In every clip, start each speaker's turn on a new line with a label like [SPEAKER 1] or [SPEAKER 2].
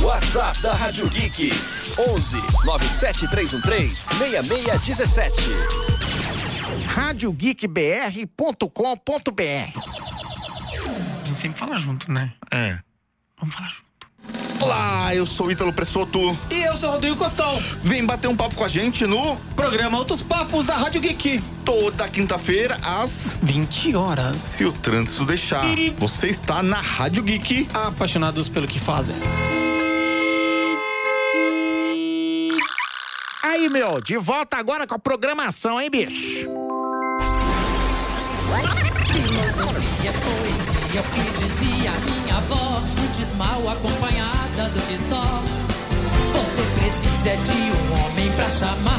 [SPEAKER 1] WhatsApp da Rádio Geek 11 97313 6617.
[SPEAKER 2] radiogeekbr.com.br
[SPEAKER 3] A gente sempre fala junto, né?
[SPEAKER 4] É.
[SPEAKER 3] Vamos falar junto.
[SPEAKER 4] Olá, eu sou o Ítalo Pressoto.
[SPEAKER 5] E eu sou Rodrigo Costão,
[SPEAKER 4] Vem bater um papo com a gente no
[SPEAKER 5] programa Altos Papos da Rádio Geek.
[SPEAKER 4] toda quinta-feira às
[SPEAKER 5] 20 horas.
[SPEAKER 4] se o trânsito deixar. Você está na Rádio Geek.
[SPEAKER 5] Apaixonados pelo que fazem.
[SPEAKER 2] Aí, meu, de volta agora com a programação, hein, bicho?
[SPEAKER 6] Filosofia, poesia, o que dizia minha avó Antes mal acompanhada do que só Você precisa é de um homem pra chamar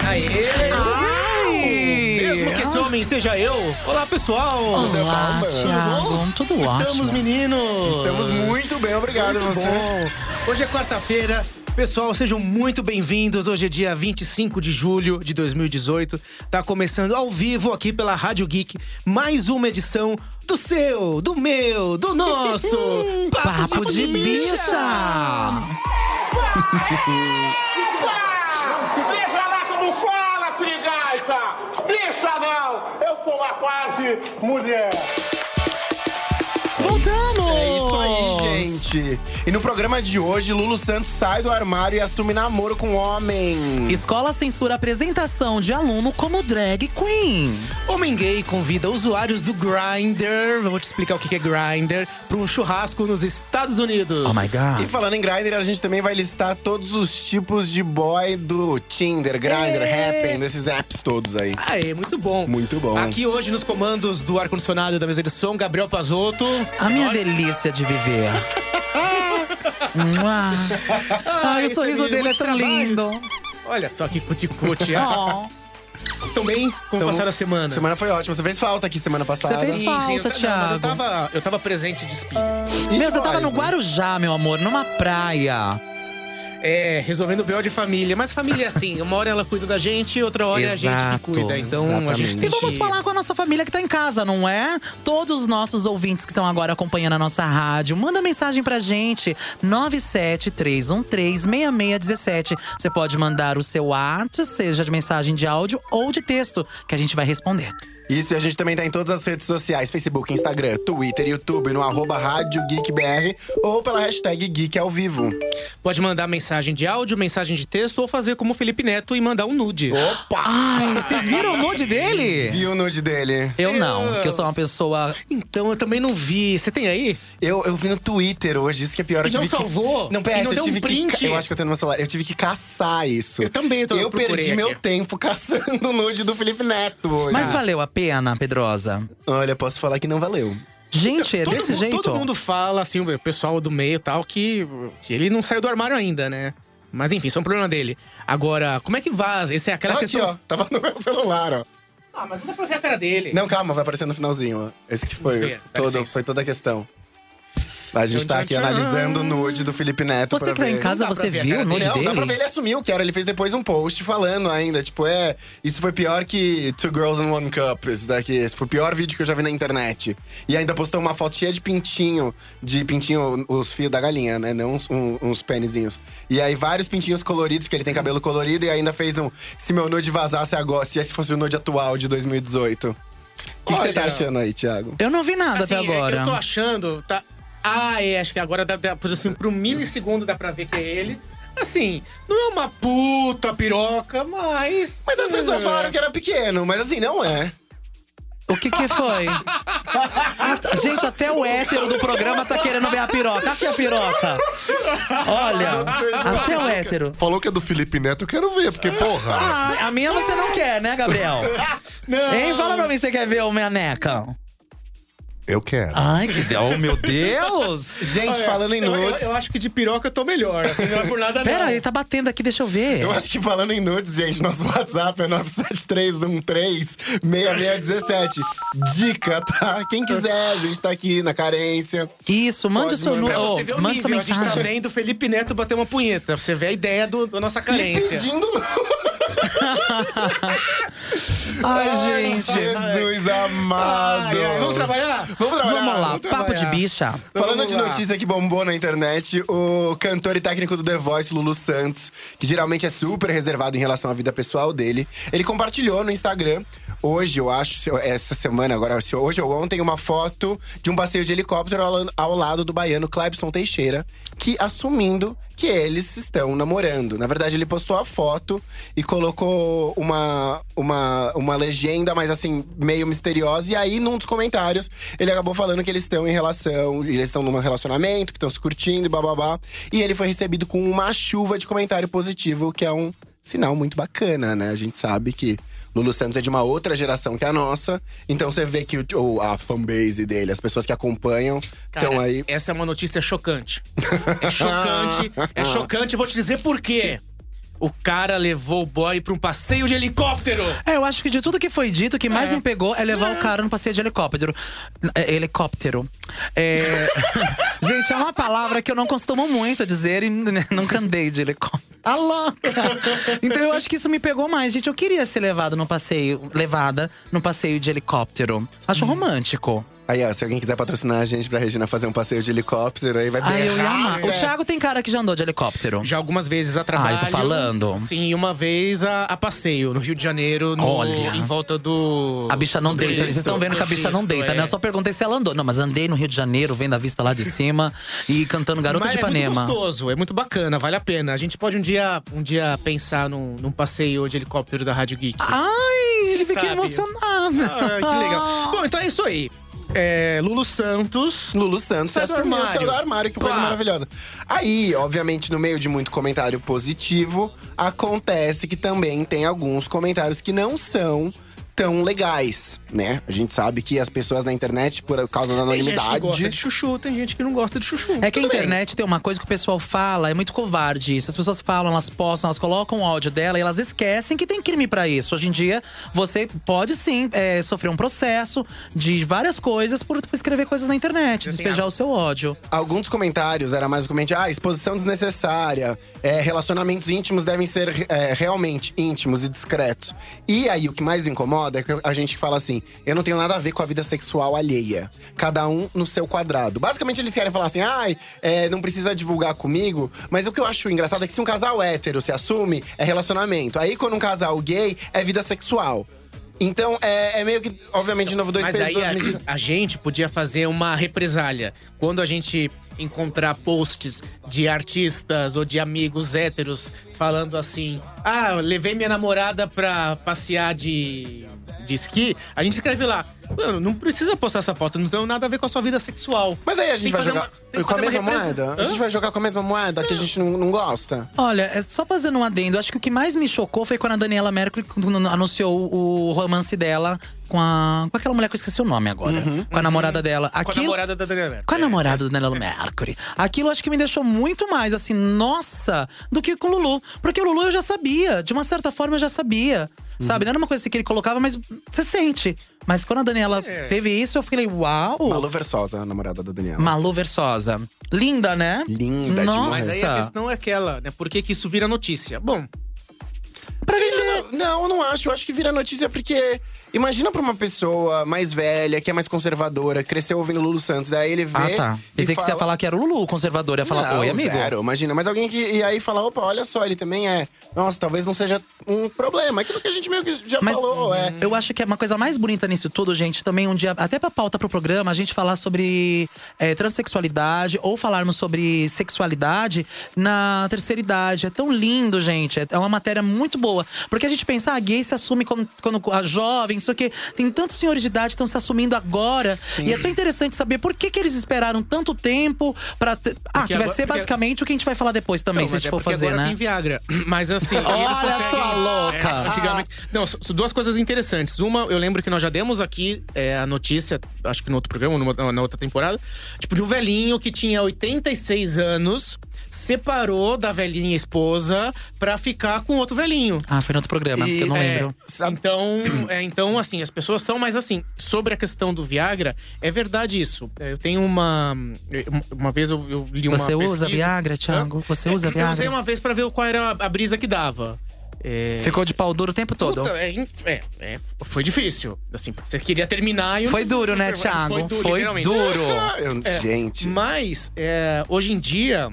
[SPEAKER 6] de
[SPEAKER 5] Mesmo que esse homem seja eu. Olá, pessoal.
[SPEAKER 6] Olá, Thiago, tudo ótimo. né?
[SPEAKER 5] Estamos, meninos.
[SPEAKER 7] Estamos muito bem, obrigado
[SPEAKER 5] Muito
[SPEAKER 7] você.
[SPEAKER 5] bom. Hoje é quarta-feira. Pessoal, sejam muito bem-vindos. Hoje é dia 25 de julho de 2018. Tá começando ao vivo aqui pela Rádio Geek mais uma edição do seu, do meu, do nosso
[SPEAKER 6] Papo, de bicha!
[SPEAKER 8] Bicha lá, tu não fala, sirigaita! Bicha não! Eu sou uma quase mulher!
[SPEAKER 6] Voltamos!
[SPEAKER 7] É isso aí, gente. E no programa de hoje, Lulu Santos sai do armário e assume namoro com um homem.
[SPEAKER 6] Escola censura apresentação de aluno como drag queen.
[SPEAKER 5] Homem Gay convida usuários do Grindr, vou te explicar o que que é Grindr, para um churrasco nos Estados Unidos.
[SPEAKER 6] Oh my
[SPEAKER 7] E
[SPEAKER 6] god.
[SPEAKER 7] falando em Grindr, a gente também vai listar todos os tipos de boy do Tinder, Grindr, Happn, desses apps todos aí.
[SPEAKER 5] Aê, muito bom.
[SPEAKER 7] Muito bom.
[SPEAKER 5] Aqui hoje nos comandos do ar-condicionado da mesa de som, Gabriel Pazotto.
[SPEAKER 6] A minha delícia de viver. Mua. Ai, o
[SPEAKER 5] esse
[SPEAKER 6] sorriso
[SPEAKER 5] menino,
[SPEAKER 6] dele é
[SPEAKER 5] Ah, muito
[SPEAKER 6] tão
[SPEAKER 5] trabalho.
[SPEAKER 6] lindo.
[SPEAKER 5] Olha só que cuticute.
[SPEAKER 6] Ó,
[SPEAKER 5] Estão bem? Como
[SPEAKER 7] Tamo-
[SPEAKER 5] passaram a semana?
[SPEAKER 7] Semana foi ótima. Você fez falta aqui semana passada.
[SPEAKER 6] né? Você fez
[SPEAKER 5] Sim,
[SPEAKER 6] falta,
[SPEAKER 5] sim, eu ta- não, Mas eu
[SPEAKER 6] Thiago.
[SPEAKER 5] tava, eu tava presente de espírito.
[SPEAKER 6] Meu, você tava
[SPEAKER 7] nós,
[SPEAKER 6] no
[SPEAKER 7] né?
[SPEAKER 6] Guarujá, meu amor, numa praia.
[SPEAKER 5] É, resolvendo o B.O. de família. Mas família é assim, uma hora ela cuida da gente, outra hora é a gente que
[SPEAKER 6] Exato,
[SPEAKER 5] cuida. Então a gente
[SPEAKER 7] exatamente.
[SPEAKER 5] tem
[SPEAKER 6] E vamos
[SPEAKER 5] que-
[SPEAKER 6] falar com a nossa família que tá em casa, não é? Todos os nossos ouvintes que estão agora acompanhando a nossa rádio, manda mensagem pra gente. 973136617. Você pode mandar o seu ato, seja de mensagem de áudio ou de texto, que a gente vai responder.
[SPEAKER 7] Isso, e a gente também tá em todas as redes sociais: Facebook, Instagram, Twitter, YouTube, no arroba Rádio Geek BR ou pela hashtag Geek ao vivo.
[SPEAKER 5] Pode mandar mensagem de áudio, mensagem de texto ou fazer como o Felipe Neto e mandar um nude.
[SPEAKER 7] Opa!
[SPEAKER 6] Ai, vocês viram o nude dele?
[SPEAKER 7] Viu o nude dele?
[SPEAKER 6] Eu não, que eu sou uma pessoa.
[SPEAKER 5] Então eu também não vi. Você tem aí?
[SPEAKER 7] Eu, eu vi no Twitter hoje, isso que é pior. Eu
[SPEAKER 5] E não
[SPEAKER 7] tive que-
[SPEAKER 5] salvou?
[SPEAKER 7] Não, pera,
[SPEAKER 5] E não
[SPEAKER 7] eu
[SPEAKER 5] deu um
[SPEAKER 7] tive
[SPEAKER 5] print?
[SPEAKER 7] Que... Eu acho que eu tenho no meu celular. Eu tive que caçar isso.
[SPEAKER 5] Eu também, eu tô-
[SPEAKER 7] Eu
[SPEAKER 5] procurei
[SPEAKER 7] perdi
[SPEAKER 5] aqui.
[SPEAKER 7] meu tempo caçando o nude do Felipe Neto. hoje.
[SPEAKER 6] Mas valeu a pena, Pedrosa?
[SPEAKER 7] Olha, posso falar que não valeu.
[SPEAKER 6] Gente, é
[SPEAKER 5] todo
[SPEAKER 6] desse
[SPEAKER 5] mundo,
[SPEAKER 6] jeito.
[SPEAKER 5] Todo mundo fala, assim, o pessoal do meio e tal, que, que ele não saiu do armário ainda, né? Mas enfim, isso é um problema dele. Agora, como é que vaza? Esse é aquela
[SPEAKER 6] Tá
[SPEAKER 7] Tava
[SPEAKER 5] questão.
[SPEAKER 7] Tá aqui, ó. Tava no meu celular, ó.
[SPEAKER 5] Ah, mas não dá pra ver a cara dele.
[SPEAKER 7] Não, calma, vai aparecer no finalzinho, ó. Esse que
[SPEAKER 5] Vamos
[SPEAKER 7] foi,
[SPEAKER 5] ver, dá
[SPEAKER 7] todo,
[SPEAKER 5] licença.
[SPEAKER 7] foi toda a questão. A gente
[SPEAKER 5] Tchan,
[SPEAKER 7] tá aqui
[SPEAKER 5] tchan, tchan.
[SPEAKER 7] analisando o nude do Felipe Neto.
[SPEAKER 6] Você
[SPEAKER 7] pra
[SPEAKER 6] que tá em
[SPEAKER 7] ver.
[SPEAKER 6] casa,
[SPEAKER 5] Não dá pra
[SPEAKER 6] você
[SPEAKER 5] ver a
[SPEAKER 6] viu o
[SPEAKER 5] cara
[SPEAKER 6] nude
[SPEAKER 7] Não, dá pra ver,
[SPEAKER 6] dele?
[SPEAKER 7] ele assumiu que era. Ele fez depois um post falando ainda, tipo, é, isso foi pior que Two Girls and One Cup, isso daqui. Esse foi o pior vídeo que eu já vi na internet. E ainda postou uma foto cheia de pintinho, de pintinho, os fios da galinha, né? Não uns, um- uns penezinhos. E aí vários pintinhos coloridos, porque ele tem cabelo colorido, e ainda fez um, se meu nude vazasse agora, se esse fosse o nude atual de 2018. O que que você tá
[SPEAKER 5] Olha.
[SPEAKER 7] achando aí, Thiago?
[SPEAKER 6] Eu não vi nada
[SPEAKER 5] Assim,
[SPEAKER 6] até agora.
[SPEAKER 5] é- eu tô achando. Tá... Ah, é, acho que agora dá, dá, por assim, pro milissegundo dá pra ver que é ele. Assim, não é uma puta piroca, mas. é.
[SPEAKER 7] Mas as pessoas falaram que era pequeno, mas assim, não é.
[SPEAKER 6] O que que foi? A- gente, até o hétero do programa tá querendo ver a piroca. Aqui a piroca. Olha, até o hétero.
[SPEAKER 9] Falou que é do Felipe Neto, eu quero ver, porque, porra.
[SPEAKER 6] Ah, a minha você não quer, né, Gabriel?
[SPEAKER 5] Não.
[SPEAKER 6] Hein? Fala pra mim se você quer ver o minha neca.
[SPEAKER 9] Eu quero.
[SPEAKER 6] Ai, que
[SPEAKER 5] Oh,
[SPEAKER 6] Deus, meu Deus.
[SPEAKER 7] Gente, falando em
[SPEAKER 5] eu, eu,
[SPEAKER 7] nudes.
[SPEAKER 5] eu acho que de piroca eu tô melhor. Assim, não é por nada,
[SPEAKER 6] Pera
[SPEAKER 5] não.
[SPEAKER 6] aí, tá batendo aqui, deixa eu ver.
[SPEAKER 7] Eu acho que falando em nudes, gente, nosso WhatsApp é 973136617. Dica, tá? Quem quiser, a gente tá aqui na carência.
[SPEAKER 6] Isso, mande
[SPEAKER 7] Pode
[SPEAKER 6] seu
[SPEAKER 7] mandar.
[SPEAKER 6] número.
[SPEAKER 5] Pra
[SPEAKER 6] Oh,
[SPEAKER 5] você ver o
[SPEAKER 6] mande sua
[SPEAKER 5] nível, a gente tá
[SPEAKER 6] mensagem.
[SPEAKER 5] vendo o Felipe Neto bater uma punheta. Pra você ver a ideia do, da nossa
[SPEAKER 7] E
[SPEAKER 5] carência.
[SPEAKER 7] pedindo nudes.
[SPEAKER 3] Ai, gente.
[SPEAKER 7] Jesus amado.
[SPEAKER 3] Vamos trabalhar?
[SPEAKER 7] Vamos trabalhar.
[SPEAKER 6] Vamos lá,
[SPEAKER 7] Vamos
[SPEAKER 6] papo de
[SPEAKER 7] trabalhar.
[SPEAKER 6] bicha.
[SPEAKER 7] Falando
[SPEAKER 3] Então Vamos
[SPEAKER 7] de
[SPEAKER 3] lá.
[SPEAKER 7] notícia que bombou na internet, o cantor e técnico do The Voice, Lulu Santos, que geralmente é super reservado em relação à vida pessoal dele, ele compartilhou no Instagram, hoje, eu acho, se- essa semana agora, se- hoje ou ontem, uma foto de um passeio de helicóptero ao, ao lado do baiano Clebson Teixeira, que assumindo que eles estão namorando. Na verdade, ele postou a foto e colocou uma, uma, uma legenda, mas assim, meio misteriosa. E aí, num dos comentários, ele acabou falando que eles estão em relação, eles estão num relacionamento, que estão se curtindo e bababá. E ele foi recebido com uma chuva de comentário positivo, que é um sinal muito bacana, né? A gente sabe que. Lulu Santos é de uma outra geração que a nossa, então você vê que o, o- a fanbase dele, as pessoas que acompanham, estão
[SPEAKER 5] Cara,
[SPEAKER 7] aí.
[SPEAKER 5] Essa é uma notícia chocante. É chocante, é chocante. Vou te dizer por quê. O cara levou o boy pra um passeio de helicóptero.
[SPEAKER 6] É, eu acho que de tudo que foi dito, o que mais me pegou é levar o cara no passeio de helicóptero. É, helicóptero. É... Gente, é uma palavra que eu não costumo muito dizer e n- nunca andei de helicóptero.
[SPEAKER 5] Tá
[SPEAKER 6] A louca! Então eu acho que isso me pegou mais. Gente, eu queria ser levado no passeio, levada no passeio de helicóptero.
[SPEAKER 5] Hum.
[SPEAKER 6] Acho romântico.
[SPEAKER 7] Aí, ó, se alguém quiser patrocinar a gente pra Regina fazer um passeio de helicóptero, aí vai
[SPEAKER 6] Ai, eu ia
[SPEAKER 7] berrar,
[SPEAKER 6] amar.
[SPEAKER 7] né?
[SPEAKER 6] O Thiago tem cara que já andou de helicóptero.
[SPEAKER 5] É Já algumas vezes a
[SPEAKER 6] Ah,
[SPEAKER 5] trabalho.
[SPEAKER 6] eu tô falando.
[SPEAKER 5] Sim, uma vez a, a passeio, no Rio de Janeiro, no,
[SPEAKER 6] Olha.
[SPEAKER 5] em volta do.
[SPEAKER 6] A bicha não
[SPEAKER 5] do
[SPEAKER 6] deita. Vocês
[SPEAKER 5] Cristo,
[SPEAKER 6] estão vendo
[SPEAKER 5] do
[SPEAKER 6] que a bicha não
[SPEAKER 5] Cristo,
[SPEAKER 6] deita,
[SPEAKER 5] é.
[SPEAKER 6] né? Eu só perguntei se ela andou. Não, mas andei no Rio de Janeiro, vendo a vista lá de cima e cantando Garota
[SPEAKER 5] Mas
[SPEAKER 6] de
[SPEAKER 5] É muito
[SPEAKER 6] Ipanema.
[SPEAKER 5] gostoso, é muito bacana, vale a pena. A gente pode um dia, um dia pensar num, num passeio de helicóptero da Rádio Geek.
[SPEAKER 6] Ah, Ai, fiquei
[SPEAKER 5] Sabe?
[SPEAKER 6] emocionada.
[SPEAKER 5] Ah, que legal. Bom, então é isso aí. É, Lulu Santos.
[SPEAKER 7] Lulu Santos
[SPEAKER 5] Sai
[SPEAKER 7] sai
[SPEAKER 5] do
[SPEAKER 7] do armário.
[SPEAKER 5] armário.
[SPEAKER 7] Saiu do armário, que coisa
[SPEAKER 5] Claro.
[SPEAKER 7] maravilhosa. Aí, obviamente, no meio de muito comentário positivo, acontece que também tem alguns comentários que não são tão legais, né? A gente sabe que as pessoas na internet, por causa da
[SPEAKER 5] Tem gente que gosta de
[SPEAKER 7] anonimidade…
[SPEAKER 5] chuchu, tem gente que não gosta de chuchu.
[SPEAKER 6] É que a
[SPEAKER 7] Tudo bem.
[SPEAKER 6] internet tem uma coisa que o pessoal fala, é muito covarde isso. As pessoas falam, elas postam, elas colocam o áudio dela e elas esquecem que tem crime pra isso. Hoje em dia, você pode sim é, sofrer um processo de várias coisas por escrever coisas na internet, despejar o seu ódio.
[SPEAKER 7] Alguns comentários, era mais o comentário, ah, exposição desnecessária, é, relacionamentos íntimos devem ser é, realmente íntimos e discretos. E aí, o que mais me incomoda é que a gente que fala assim, eu não tenho nada a ver com a vida sexual alheia. Cada um no seu quadrado. Basicamente, eles querem falar assim, ai, é, não precisa divulgar comigo. Mas o que eu acho engraçado é que se um casal hétero se assume, é relacionamento. Aí, quando um casal gay, é vida sexual. Então, é, é meio que, obviamente, de novo, dois
[SPEAKER 5] Mas
[SPEAKER 7] pesos,
[SPEAKER 5] aí é
[SPEAKER 7] duas
[SPEAKER 5] a,
[SPEAKER 7] medidas.
[SPEAKER 5] a gente podia fazer uma represália. Quando a gente encontrar posts de artistas ou de amigos héteros falando assim: Ah, eu levei minha namorada pra passear de, de esqui, a gente escreve lá. Mano, não precisa postar essa foto, não tem nada a ver com a sua vida sexual.
[SPEAKER 7] Mas aí a
[SPEAKER 5] Tem
[SPEAKER 7] gente vai
[SPEAKER 5] que fazer
[SPEAKER 7] jogar
[SPEAKER 5] uma- tem que
[SPEAKER 7] com a
[SPEAKER 5] fazer uma
[SPEAKER 7] mesma
[SPEAKER 5] represa-
[SPEAKER 7] moeda? A gente
[SPEAKER 5] Hã?
[SPEAKER 7] vai jogar com a mesma moeda que a gente não, não gosta?
[SPEAKER 6] Olha, é só fazendo um adendo, acho que o que mais me chocou foi quando a Daniela Mercury quando anunciou o romance dela com a. Com aquela mulher que eu esqueci o nome agora. Com a namorada dela.
[SPEAKER 5] Uhum. Com a
[SPEAKER 6] Aquilo-
[SPEAKER 5] namorada da Daniela. Mercury.
[SPEAKER 6] Com um é a namorada do Daniela Mercury. Aquilo acho que me deixou muito mais assim, nossa, do que com o Lulu. Porque o Lulu eu já sabia, de uma certa forma eu já sabia. Sabe? Não era uma coisa assim que ele colocava, mas você sente. Mas quando a Daniela teve isso, eu falei, uau!
[SPEAKER 7] Malu Versosa, a namorada da Daniela.
[SPEAKER 6] Malu Versosa. Linda, né?
[SPEAKER 7] Linda demais.
[SPEAKER 6] Nossa.
[SPEAKER 5] Mas aí a questão é aquela, né? Por que, que isso vira notícia? Bom,
[SPEAKER 6] Pra vender.
[SPEAKER 7] Não, não, eu não acho. Eu acho que vira notícia porque… Imagina pra uma pessoa mais velha, que é mais conservadora, cresceu ouvindo Lulu Santos. Daí ele vê…
[SPEAKER 6] Ah, tá.
[SPEAKER 7] e
[SPEAKER 6] Pensei que você ia
[SPEAKER 7] fala-
[SPEAKER 6] falar que era o Lulu, o conservador. Ia falar,
[SPEAKER 7] não,
[SPEAKER 6] oi, amigo.
[SPEAKER 7] zero, imagina. Mas alguém que… E aí fala, opa, olha só, ele também é… Nossa, talvez não seja um problema. Aquilo que a gente meio que já
[SPEAKER 6] Mas
[SPEAKER 7] falou, é…
[SPEAKER 6] eu acho que é uma coisa mais bonita nisso tudo, gente, também um dia, até pra pauta pro programa, a gente falar sobre é, transexualidade ou falarmos sobre sexualidade na terceira idade. É tão lindo, gente. É uma matéria muito boa. Porque a gente pensa, ah, gay se assume como, quando a jovem, não sei o quê. Tem tantos senhores de idade que estão se assumindo agora. E é tão interessante saber por que, que eles esperaram tanto tempo pra. ter- Ah, que vai
[SPEAKER 5] agora-
[SPEAKER 6] ser
[SPEAKER 5] porque-
[SPEAKER 6] basicamente o que a gente vai falar depois também,
[SPEAKER 5] Não,
[SPEAKER 6] se a
[SPEAKER 5] mas
[SPEAKER 6] gente
[SPEAKER 5] é
[SPEAKER 6] for
[SPEAKER 5] porque
[SPEAKER 6] fazer,
[SPEAKER 5] agora
[SPEAKER 6] né?
[SPEAKER 5] tem Viagra. Mas assim,
[SPEAKER 6] Olha
[SPEAKER 5] eles conseguem-
[SPEAKER 6] só, louca!
[SPEAKER 5] É, antigamente. Não, s- são duas coisas interessantes. Uma, eu lembro que nós já demos aqui é, a notícia, acho que no outro programa, numa- na outra temporada, tipo, de um velhinho que tinha 86 anos, separou da velhinha esposa pra ficar com outro velhinho.
[SPEAKER 6] Ah, foi no outro programa, porque eu não
[SPEAKER 5] É,
[SPEAKER 6] lembro.
[SPEAKER 7] Sabe-
[SPEAKER 5] Então, é, então, assim, as pessoas são mais assim. Sobre a questão do Viagra, é verdade isso. É, Eu tenho uma. Uma vez eu, eu li uma.
[SPEAKER 6] Você usa
[SPEAKER 5] pesquisa-
[SPEAKER 6] Viagra, Thiago? Você usa
[SPEAKER 5] É Eu usei
[SPEAKER 6] Viagra?
[SPEAKER 5] uma vez pra ver qual era a brisa que dava. É,
[SPEAKER 6] Ficou de pau duro o tempo todo.
[SPEAKER 5] puta, é, in- é, é, foi difícil. Assim, você queria terminar e eu-
[SPEAKER 6] Foi duro, né,
[SPEAKER 5] Foi
[SPEAKER 6] Thiago?
[SPEAKER 5] duro,
[SPEAKER 6] Foi
[SPEAKER 5] literalmente.
[SPEAKER 6] duro.
[SPEAKER 7] Ah, Eu-
[SPEAKER 6] É.
[SPEAKER 7] Gente.
[SPEAKER 5] Mas, é, hoje em dia,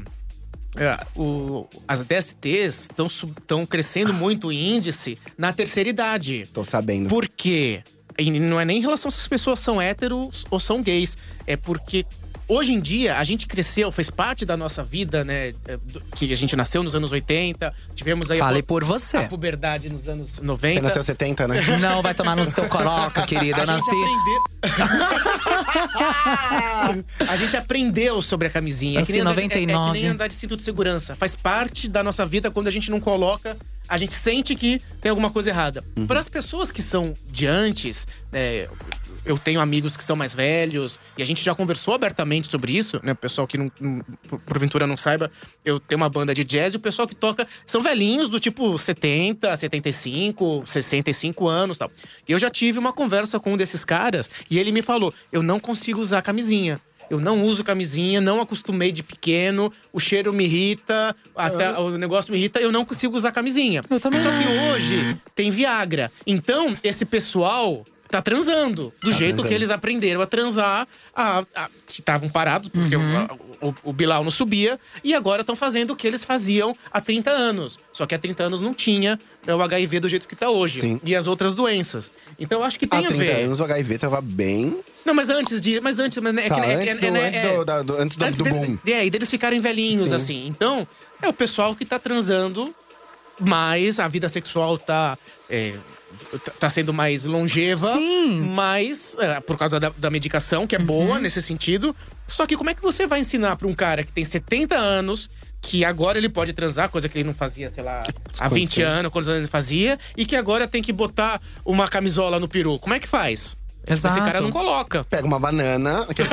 [SPEAKER 5] é, o- as DSTs estão crescendo muito o índice na terceira idade.
[SPEAKER 7] Tô sabendo.
[SPEAKER 5] Por quê? E não é nem em relação se as pessoas são héteros ou são gays. É porque hoje em dia a gente cresceu, fez parte da nossa vida, né? É, do- Que a gente nasceu nos anos 80, tivemos aí a
[SPEAKER 6] Falei
[SPEAKER 5] pu-
[SPEAKER 6] por
[SPEAKER 5] a
[SPEAKER 6] você.
[SPEAKER 5] puberdade nos anos
[SPEAKER 7] Você
[SPEAKER 5] 90.
[SPEAKER 7] nasceu 70, né?
[SPEAKER 6] Não vai tomar no seu coroca, querida.
[SPEAKER 5] A
[SPEAKER 6] Eu
[SPEAKER 5] gente
[SPEAKER 6] nasci.
[SPEAKER 5] aprendeu. a gente aprendeu sobre a camisinha. É que, nem
[SPEAKER 6] Nasci em
[SPEAKER 5] andar de- é- é,
[SPEAKER 6] 99.
[SPEAKER 5] que nem andar de cinto de segurança. Faz parte da nossa vida quando a gente não coloca. A gente sente que tem alguma coisa errada. Para as pessoas que são de antes, né, eu tenho amigos que são mais velhos, e a gente já conversou abertamente sobre isso, né? O pessoal que não, não- por- porventura não saiba, eu tenho uma banda de jazz e o pessoal que toca são velhinhos do tipo 70, 75, 65 anos e tal. E eu já tive uma conversa com um desses caras e ele me falou: eu não consigo usar camisinha. Eu não uso camisinha, não acostumei de pequeno, o cheiro me irrita, até o negócio me irrita, eu não consigo usar camisinha. Eu também. Só que hoje tem Viagra. Então, esse pessoal tá transando. Do jeito que eles aprenderam a transar, a- a- que estavam parados, porque
[SPEAKER 7] Uhum.
[SPEAKER 5] o- a- o, o Bilal não subia, e agora estão fazendo o que eles faziam há 30 anos. Só que há 30 anos não tinha é, o HIV do jeito que tá hoje.
[SPEAKER 7] Sim.
[SPEAKER 5] E as outras doenças. Então eu acho que
[SPEAKER 7] Há
[SPEAKER 5] tem a
[SPEAKER 7] 30
[SPEAKER 5] ver.
[SPEAKER 7] anos o HIV tava bem.
[SPEAKER 5] Não, mas antes de. Mas antes, mas é
[SPEAKER 7] Tá,
[SPEAKER 5] que- é que-
[SPEAKER 7] antes do-
[SPEAKER 5] é- é-
[SPEAKER 7] antes
[SPEAKER 5] é-
[SPEAKER 7] do- da- do- antes do- do
[SPEAKER 5] dele-
[SPEAKER 7] boom.
[SPEAKER 5] É, e deles ficarem velhinhos,
[SPEAKER 7] Sim.
[SPEAKER 5] assim. Então, é o pessoal que tá transando mais, a vida sexual tá. é, tá- tá sendo mais longeva.
[SPEAKER 6] Sim.
[SPEAKER 5] Mas, é, por causa da, da medicação, que é boa
[SPEAKER 7] Uhum.
[SPEAKER 5] nesse sentido. Só que como é que você vai ensinar pra um cara que tem 70 anos. Que agora ele pode transar, coisa que ele não fazia, sei lá, há 20 anos, quantos anos ele fazia, e que agora tem que botar uma camisola no peru. Como é que faz?
[SPEAKER 6] Exato.
[SPEAKER 5] Esse assim, cara não coloca.
[SPEAKER 7] Pega uma banana. aqueles-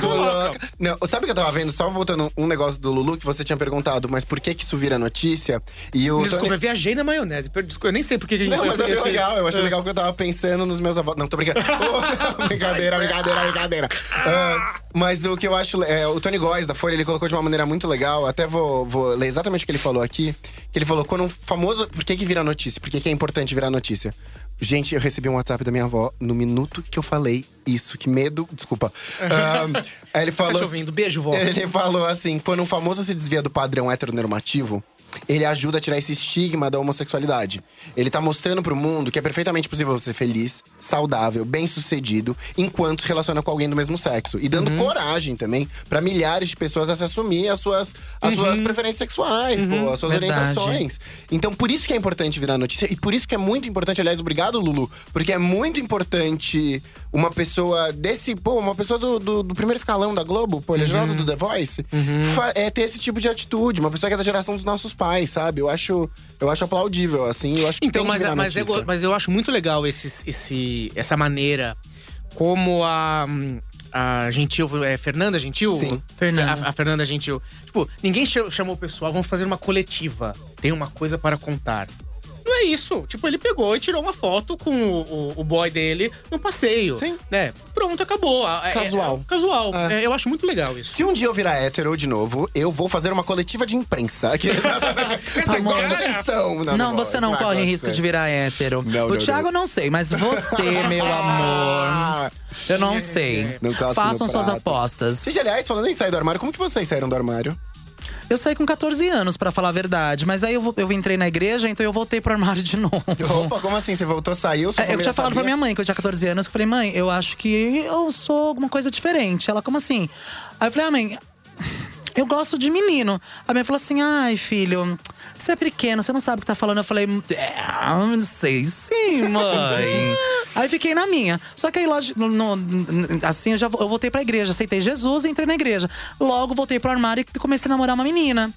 [SPEAKER 7] Coloca. Não, sabe o que eu tava vendo? Só voltando um negócio do Lulu que você tinha perguntado, mas por que que isso vira notícia? E o
[SPEAKER 5] Desculpa,
[SPEAKER 7] Tony-
[SPEAKER 5] eu viajei na maionese. per- Desculpa, eu nem sei por que que a gente
[SPEAKER 7] Não,
[SPEAKER 5] foi É.
[SPEAKER 7] mas eu achei
[SPEAKER 5] esse-
[SPEAKER 7] legal. Eu achei legal porque eu tava pensando nos meus avós. Não, tô brincando. Ô, brincadeira, brincadeira, brincadeira. Ah, mas o que eu acho. É, o Tony Góes da Folha, ele colocou de uma maneira muito legal. Até vou, vou ler exatamente o que ele falou aqui. Que ele falou: quando um famoso. Por que, que vira notícia? Por que, que é importante virar notícia? Gente, eu recebi um WhatsApp da minha avó no minuto que eu falei isso. Que medo. Desculpa. Ah, aí ele
[SPEAKER 5] Tá
[SPEAKER 7] falou.
[SPEAKER 5] te ouvindo. Beijo, vó.
[SPEAKER 7] Ele falou assim: quando um famoso se desvia do padrão heteronormativo, ele ajuda a tirar esse estigma da homossexualidade. Ele tá mostrando pro mundo que é perfeitamente possível você ser feliz, saudável, bem-sucedido, enquanto se relaciona com alguém do mesmo sexo. E dando coragem também pra milhares de pessoas a se assumir as suas, as suas preferências sexuais, pô, as suas
[SPEAKER 6] Verdade.
[SPEAKER 7] orientações. Então, por isso que é importante virar notícia. E por isso que é muito importante, aliás, obrigado, Lulu, porque é muito importante uma pessoa desse. Pô, uma pessoa do, do- do primeiro escalão da Globo, pô, legendário
[SPEAKER 6] Uhum.
[SPEAKER 7] do The Voice, fa- é ter esse tipo de atitude. Uma pessoa que é da geração dos nossos pais, sabe? Eu acho, eu acho aplaudível, assim. Eu acho que
[SPEAKER 5] Então,
[SPEAKER 7] tem que
[SPEAKER 6] é-
[SPEAKER 5] mas,
[SPEAKER 7] virar
[SPEAKER 5] mas, eu,
[SPEAKER 7] notícia.
[SPEAKER 5] go- mas eu acho muito legal esse, esse, essa maneira como a. hum, A Gentil, é Fernanda Gentil?
[SPEAKER 7] Sim.
[SPEAKER 6] Fernanda.
[SPEAKER 5] A, a Fernanda Gentil. Tipo, ninguém cha- chamou o pessoal, vamos fazer uma coletiva. Tem uma coisa para contar. Não é isso. Tipo, ele pegou e tirou uma foto com o, o- o boy dele no passeio.
[SPEAKER 7] Sim.
[SPEAKER 5] Né? Pronto, acabou. É- é-
[SPEAKER 7] Casual.
[SPEAKER 5] é casual.
[SPEAKER 7] É.
[SPEAKER 5] É, eu acho muito legal isso.
[SPEAKER 7] Se um dia eu virar hétero de novo, eu vou fazer uma coletiva de imprensa. Aqui, você
[SPEAKER 6] Amor.
[SPEAKER 7] gosta de atenção.
[SPEAKER 6] Não, você não
[SPEAKER 7] vai
[SPEAKER 5] né?
[SPEAKER 6] corre
[SPEAKER 7] acontecer.
[SPEAKER 6] risco de virar hétero.
[SPEAKER 7] Não,
[SPEAKER 6] o
[SPEAKER 7] não,
[SPEAKER 6] Thiago não. sei, mas você, meu amor.
[SPEAKER 7] Ah.
[SPEAKER 6] Eu não sei.
[SPEAKER 7] Não casca no
[SPEAKER 6] Façam suas
[SPEAKER 7] prato.
[SPEAKER 6] apostas.
[SPEAKER 7] Seja, aliás, falando em sair do armário, como que vocês saíram do armário?
[SPEAKER 6] Eu saí com 14 anos, pra falar a verdade. Mas aí eu, vo- eu entrei na igreja, então eu voltei pro armário de novo.
[SPEAKER 7] Opa, como assim? Você voltou, saiu? Sua
[SPEAKER 6] É, eu que tinha falado pra minha mãe que eu tinha 14 anos, que eu falei, mãe, eu acho que eu sou alguma coisa diferente. Ela, como assim? Aí eu falei, ah, mãe, eu gosto de menino. A minha falou assim: ai, filho, você é pequeno, você não sabe o que tá falando. Eu falei, é, ah, não sei sim, mãe. aí fiquei na minha. Só que aí, logi- no- no- assim, eu já vo- eu voltei pra igreja, aceitei Jesus e entrei na igreja. Logo voltei pro armário e comecei a namorar uma menina.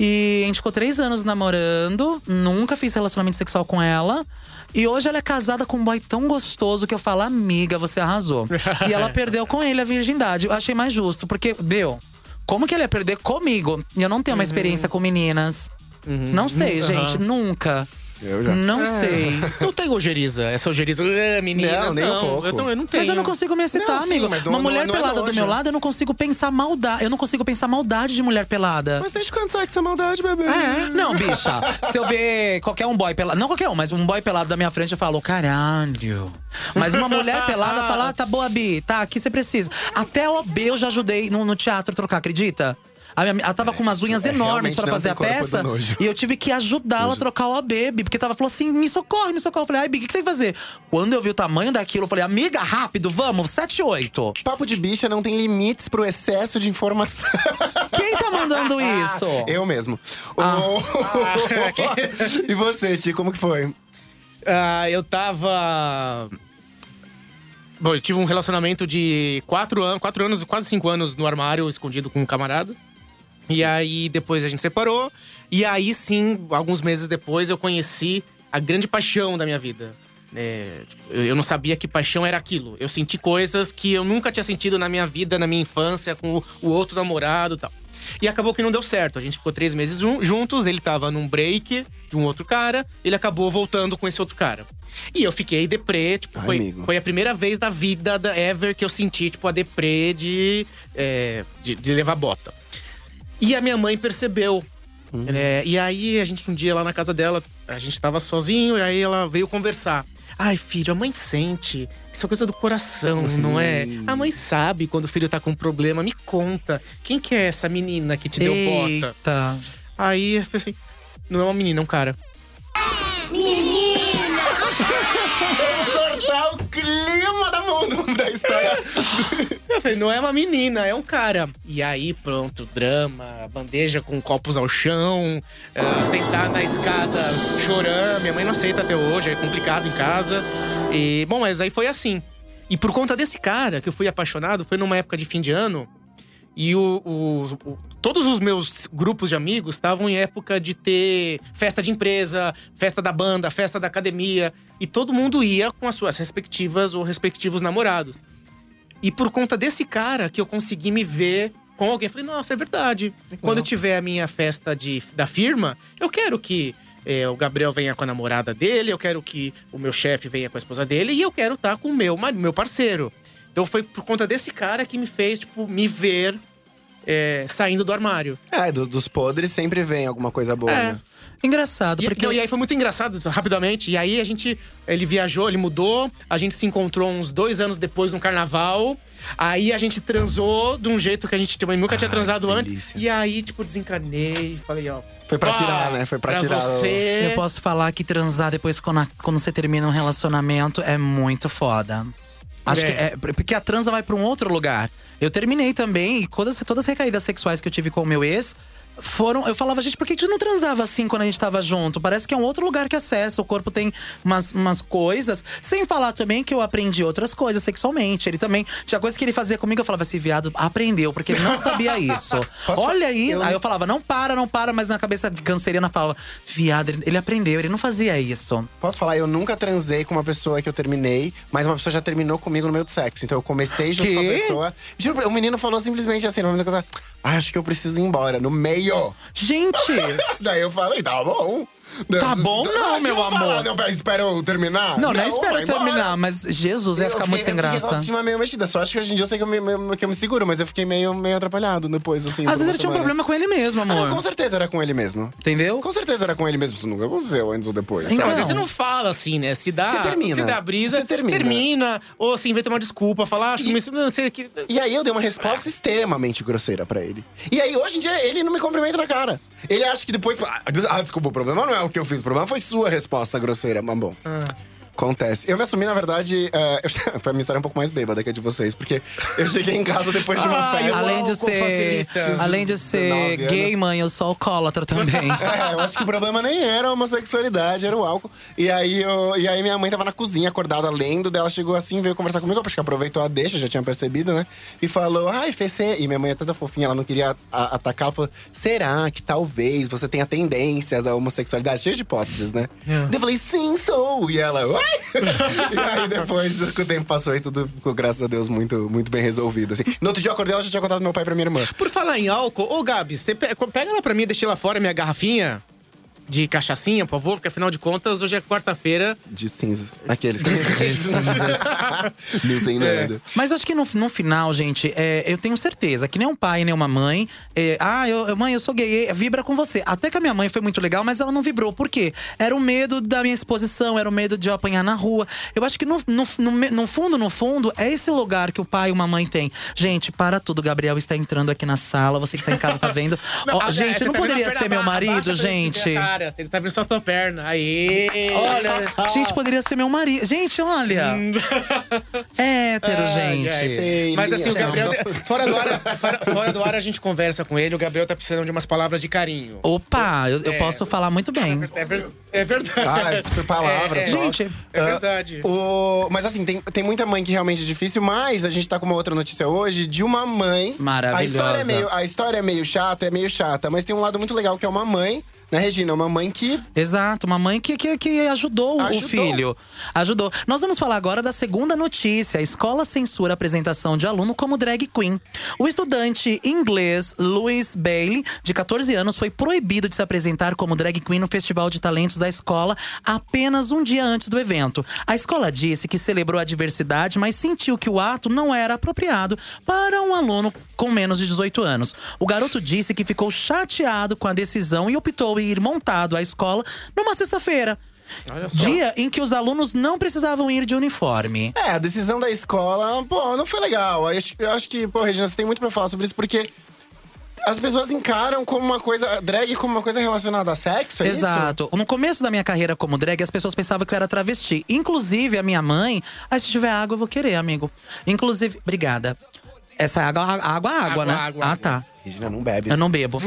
[SPEAKER 6] E a gente ficou três anos namorando, nunca fiz relacionamento sexual com ela. E hoje ela é casada com um boy tão gostoso que eu falo, amiga, você arrasou. e ela perdeu com ele a virgindade. Eu achei mais justo, porque, meu, como que ele ia
[SPEAKER 7] Uhum.
[SPEAKER 6] perder comigo? Eu não tenho uma experiência com meninas. Não sei, gente, nunca.
[SPEAKER 7] Eu Uhum. já. É.
[SPEAKER 6] Não sei.
[SPEAKER 5] Não tem ojeriza. Essa ojeriza, "Ah, meninas, não.
[SPEAKER 7] Não, nem um pouco.
[SPEAKER 5] Eu, não, eu não tenho.
[SPEAKER 6] Mas eu não consigo me excitar,
[SPEAKER 7] Não, sim,
[SPEAKER 6] amigo.
[SPEAKER 7] mas não-
[SPEAKER 6] Uma
[SPEAKER 7] não-
[SPEAKER 6] mulher
[SPEAKER 7] não é
[SPEAKER 6] pelada do
[SPEAKER 7] nojo.
[SPEAKER 6] meu lado, eu não consigo pensar maldade. Eu não consigo pensar maldade de mulher pelada.
[SPEAKER 7] Mas desde quando sai que isso é maldade, bebê?
[SPEAKER 6] Não, bicha. Se eu ver qualquer um boy pelado. Não qualquer um, mas um boy pelado da minha frente, eu falo, caralho. Mas uma mulher pelada fala, ah, tá boa, Bi, tá, aqui você precisa. Até o B eu já ajudei no, no teatro trocar, acredita? A minha, ela tava com umas unhas
[SPEAKER 7] é,
[SPEAKER 6] enormes
[SPEAKER 7] realmente
[SPEAKER 6] pra
[SPEAKER 7] não
[SPEAKER 6] fazer
[SPEAKER 7] tem
[SPEAKER 6] a
[SPEAKER 7] corpo de
[SPEAKER 6] peça.
[SPEAKER 7] nojo.
[SPEAKER 6] E eu tive que ajudá-la a trocar o AB, Bi, porque tava falou assim: me socorre, me socorre. Eu falei, ai, Bi, o que, que tem que fazer? Quando eu vi o tamanho daquilo, eu falei, amiga, rápido, vamos, 7, 8.
[SPEAKER 7] Papo de bicha não tem limites pro excesso de informação. Ah,
[SPEAKER 6] Quem tá mandando isso?
[SPEAKER 7] Eu mesmo. O- e você, Ti, como que foi?
[SPEAKER 5] Ah, eu tava. Bom, eu tive um relacionamento de quatro anos, quatro anos, quase cinco anos no armário, escondido com um camarada. E aí depois a gente separou. E aí sim, alguns meses depois, eu conheci a grande paixão da minha vida. É, tipo, eu eu não sabia que paixão era aquilo. Eu senti coisas que eu nunca tinha sentido na minha vida, na minha infância, com o- o outro namorado e tal. E acabou que não deu certo. A gente ficou três meses jun- juntos, ele tava num break de um outro cara, ele acabou voltando com esse outro cara. E eu fiquei deprê, tipo,
[SPEAKER 7] Ai,
[SPEAKER 5] foi,
[SPEAKER 7] amigo.
[SPEAKER 5] foi a primeira vez da vida da Ever que eu senti, tipo, a deprê de, é, de, de levar bota. E a minha mãe percebeu. É, e aí, a gente um dia lá na casa dela, a gente tava sozinho, e aí ela veio conversar. Ai, filho, a mãe sente. Isso é coisa do coração, não é? A mãe sabe quando o filho tá com problema. Me conta, quem que é essa menina que te deu bota?
[SPEAKER 6] Eita.
[SPEAKER 5] Aí eu falei assim: não é uma menina, é um cara.
[SPEAKER 7] Cortar o clima da mundo da história.
[SPEAKER 5] Eu falei, não é uma menina, é um cara. E aí, pronto, drama, bandeja com copos ao chão, é, sentar na escada chorando. Minha mãe não aceita até hoje, é complicado em casa. E, bom, mas aí foi assim. E por conta desse cara que eu fui apaixonado, foi numa época de fim de ano. E o- o- o- todos os meus grupos de amigos estavam em época de ter festa de empresa, festa da banda, festa da academia. E todo mundo ia com as suas respectivas ou respectivos namorados. E por conta desse cara que eu consegui me ver com alguém. Falei, nossa, é verdade. Quando eu tiver a minha festa de, da firma, eu quero que é, o Gabriel venha com a namorada dele, eu quero que o meu chefe venha com a esposa dele e eu quero estar com o meu, mari- meu parceiro. Então foi por conta desse cara que me fez, tipo, me ver é, saindo do armário.
[SPEAKER 7] Ah, do- dos podres sempre vem alguma coisa boa,
[SPEAKER 5] É.
[SPEAKER 7] né?
[SPEAKER 6] Engraçado,
[SPEAKER 5] E,
[SPEAKER 6] porque.
[SPEAKER 5] não, e aí foi muito engraçado, rapidamente. E aí a gente. Ele viajou, ele mudou. A gente se encontrou uns dois anos depois no carnaval. Aí a gente transou de um jeito que a gente tipo, nunca tinha transado antes.
[SPEAKER 7] delícia.
[SPEAKER 5] E aí, tipo, desencanei. Falei, ó.
[SPEAKER 7] Foi pra
[SPEAKER 5] pá,
[SPEAKER 7] tirar, né? Foi pra, tirar. o-
[SPEAKER 5] Você.
[SPEAKER 6] Eu posso falar que transar depois quando, a- quando você termina um relacionamento é muito foda. Acho
[SPEAKER 5] É.
[SPEAKER 6] que é, porque a transa vai pra um outro lugar. Eu terminei também e todas, todas as recaídas sexuais que eu tive com o meu ex foram. Eu falava, gente, por que a gente não transava assim quando a gente tava junto? Parece que é um outro lugar que acessa. O corpo tem umas, umas coisas. Sem falar também que eu aprendi outras coisas sexualmente. Ele também. Tinha coisa que ele fazia comigo, eu falava, esse viado aprendeu, porque ele não sabia isso. Olha isso. Aí eu falava, não para, não para, mas na cabeça de canceriana falava, viado, ele- ele aprendeu, ele não fazia isso.
[SPEAKER 7] Posso falar, eu nunca transei com uma pessoa que eu terminei, mas uma pessoa já terminou comigo no meio do sexo. Então eu comecei junto com a
[SPEAKER 6] Quê?
[SPEAKER 7] pessoa. Juro, pra- o menino falou simplesmente assim, no momento que eu tava. Ah, acho que eu preciso ir embora, no meio.
[SPEAKER 6] Gente!
[SPEAKER 7] Daí eu falei, tá bom.
[SPEAKER 6] Tá bom
[SPEAKER 7] Ah,
[SPEAKER 6] não,
[SPEAKER 7] que eu
[SPEAKER 6] meu
[SPEAKER 7] vou falar?
[SPEAKER 6] amor.
[SPEAKER 7] Não, pera, espera eu terminar?
[SPEAKER 6] Não, não, espero
[SPEAKER 7] vai
[SPEAKER 6] eu
[SPEAKER 7] embora.
[SPEAKER 6] terminar, mas Jesus, ia
[SPEAKER 7] Eu
[SPEAKER 6] ficar
[SPEAKER 7] fiquei-
[SPEAKER 6] muito sem
[SPEAKER 7] eu fiquei com a
[SPEAKER 6] graça.
[SPEAKER 7] autoestima meio mexida. Só acho que hoje em dia eu sei que eu me, me- que eu me seguro, mas eu fiquei meio, meio atrapalhado depois, assim. por
[SPEAKER 6] Às vezes
[SPEAKER 7] uma
[SPEAKER 6] ele tinha um
[SPEAKER 7] semana.
[SPEAKER 6] problema com ele mesmo,
[SPEAKER 7] Ah, não,
[SPEAKER 6] amor.
[SPEAKER 7] com certeza era com ele mesmo.
[SPEAKER 6] Entendeu?
[SPEAKER 7] Com certeza era com ele mesmo. Isso nunca aconteceu antes ou depois.
[SPEAKER 6] Então,
[SPEAKER 5] Não,
[SPEAKER 7] sabe?
[SPEAKER 5] mas aí você não fala assim, né? Se dá,
[SPEAKER 7] Você termina.
[SPEAKER 5] se dá brisa,
[SPEAKER 7] Você termina.
[SPEAKER 5] termina, Ou se inventa uma desculpa, fala, acho que me- não sei que.
[SPEAKER 7] E aí eu dei uma
[SPEAKER 6] É.
[SPEAKER 7] resposta extremamente grosseira pra ele. E aí, hoje em dia, ele não me cumprimenta na cara. Ele acha que depois. Ah, des- ah, desculpa, o problema não é o que eu fiz, o problema foi sua resposta grosseira, mas bom.
[SPEAKER 6] Ah.
[SPEAKER 7] Acontece. Eu me assumi, na verdade, eh, eu che- foi a minha história um pouco mais bêbada que a de vocês, porque eu cheguei em casa depois de uma
[SPEAKER 5] Ai,
[SPEAKER 7] festa.
[SPEAKER 6] Além de
[SPEAKER 5] álcool
[SPEAKER 6] ser,
[SPEAKER 5] facilita.
[SPEAKER 6] além de ser
[SPEAKER 7] 19
[SPEAKER 6] gay,
[SPEAKER 7] anos.
[SPEAKER 6] mãe, eu sou alcoólatra também.
[SPEAKER 7] É, eu acho que o problema nem era a homossexualidade, era o álcool. E aí, eu- e aí minha mãe tava na cozinha, acordada, lendo. Daí ela chegou assim, veio conversar comigo. eu Acho que aproveitou a deixa, já tinha percebido, né? E falou, ai, Fê, você… E minha mãe é toda fofinha, ela não queria a- atacar. Ela falou, será que talvez você tenha tendências à homossexualidade? Cheio de hipóteses, né? Daí eu falei, sim, sou! E ela, ai! e aí depois, o tempo passou e tudo ficou, graças a Deus, muito, muito bem resolvido. assim. No outro dia eu acordei, ela já tinha contado meu pai pra minha irmã.
[SPEAKER 5] Por falar em álcool, ô Gabi, você pe- pega ela pra mim, deixa ela fora, minha garrafinha. de cachaçinha, por favor, porque afinal de contas, hoje é quarta-feira.
[SPEAKER 7] De cinzas. Aqueles que. De cinzas. News em nada.
[SPEAKER 6] Mas acho que no, no final, gente, é, eu tenho certeza que nem um pai, nem uma mãe. é, ah, eu, mãe, eu sou gay, é, vibra com você. Até que a minha mãe foi muito legal, mas ela não vibrou. Por quê? Era o medo da minha exposição, era o medo de eu apanhar na rua. Eu acho que no, no, no, me- no fundo, no fundo, é esse lugar que o pai e uma mãe têm. Gente, para tudo. Gabriel está entrando aqui na sala, você que tá em casa tá vendo. Ó,
[SPEAKER 5] Ah,
[SPEAKER 6] gente,
[SPEAKER 5] você
[SPEAKER 6] não
[SPEAKER 5] tá vendo a
[SPEAKER 6] poderia
[SPEAKER 5] perna
[SPEAKER 6] ser meu
[SPEAKER 5] aba- abaixa
[SPEAKER 6] marido,
[SPEAKER 5] pra ele ver
[SPEAKER 6] gente.
[SPEAKER 5] a Cara, ele tá vendo só a tua perna. Aí.
[SPEAKER 6] Olha, gente, poderia ser meu marido. Gente, olha. é hétero, gente.
[SPEAKER 7] Sei,
[SPEAKER 5] Mas assim, o
[SPEAKER 7] menina.
[SPEAKER 5] Gabriel. Fora do, ar, fora, fora do ar, a gente conversa com ele. O Gabriel tá precisando de umas palavras de carinho.
[SPEAKER 6] Opa, eu, eu posso falar muito bem.
[SPEAKER 5] É, ver- é verdade.
[SPEAKER 7] Ah, por palavras.
[SPEAKER 5] É, é.
[SPEAKER 7] ó.
[SPEAKER 6] Gente,
[SPEAKER 5] É verdade.
[SPEAKER 7] O- Mas assim, tem, tem muita mãe que realmente é difícil, mas a gente tá com uma outra notícia hoje de uma mãe.
[SPEAKER 6] Maravilhosa.
[SPEAKER 7] A história é meio, a história é meio chata, é meio chata, mas tem um lado muito legal que é uma mãe, né, Regina? Uma mãe que.
[SPEAKER 6] Exato, uma mãe que, que, que ajudou, o
[SPEAKER 7] Ajudou.
[SPEAKER 6] filho. Ajudou. Nós vamos falar agora da segunda notícia. A escola censura a apresentação de aluno como drag queen. O estudante inglês Louis Bailey, de 14 anos, foi proibido de se apresentar como drag queen no Festival de Talentos da escola apenas um dia antes do evento. A escola disse que celebrou a diversidade, mas sentiu que o ato não era apropriado para um aluno com menos de 18 anos. O garoto disse que ficou chateado com a decisão e optou em ir montado à escola numa sexta-feira. Dia em que os alunos não precisavam ir de uniforme.
[SPEAKER 7] É, a decisão da escola, pô, não foi legal. Eu acho, eu acho que, pô, Regina, você tem muito pra falar sobre isso, porque as pessoas encaram como uma coisa. drag como uma coisa relacionada a sexo, é isso?
[SPEAKER 6] Exato. No começo da minha carreira como drag, as pessoas pensavam que eu era travesti. Inclusive, a minha mãe, ah, se tiver água, eu vou querer, amigo. Inclusive, obrigada. Essa água, água, água,
[SPEAKER 5] Água,
[SPEAKER 6] né?
[SPEAKER 5] água,
[SPEAKER 6] ah,
[SPEAKER 5] água.
[SPEAKER 6] tá.
[SPEAKER 7] Regina não bebe. né?
[SPEAKER 6] Eu não bebo.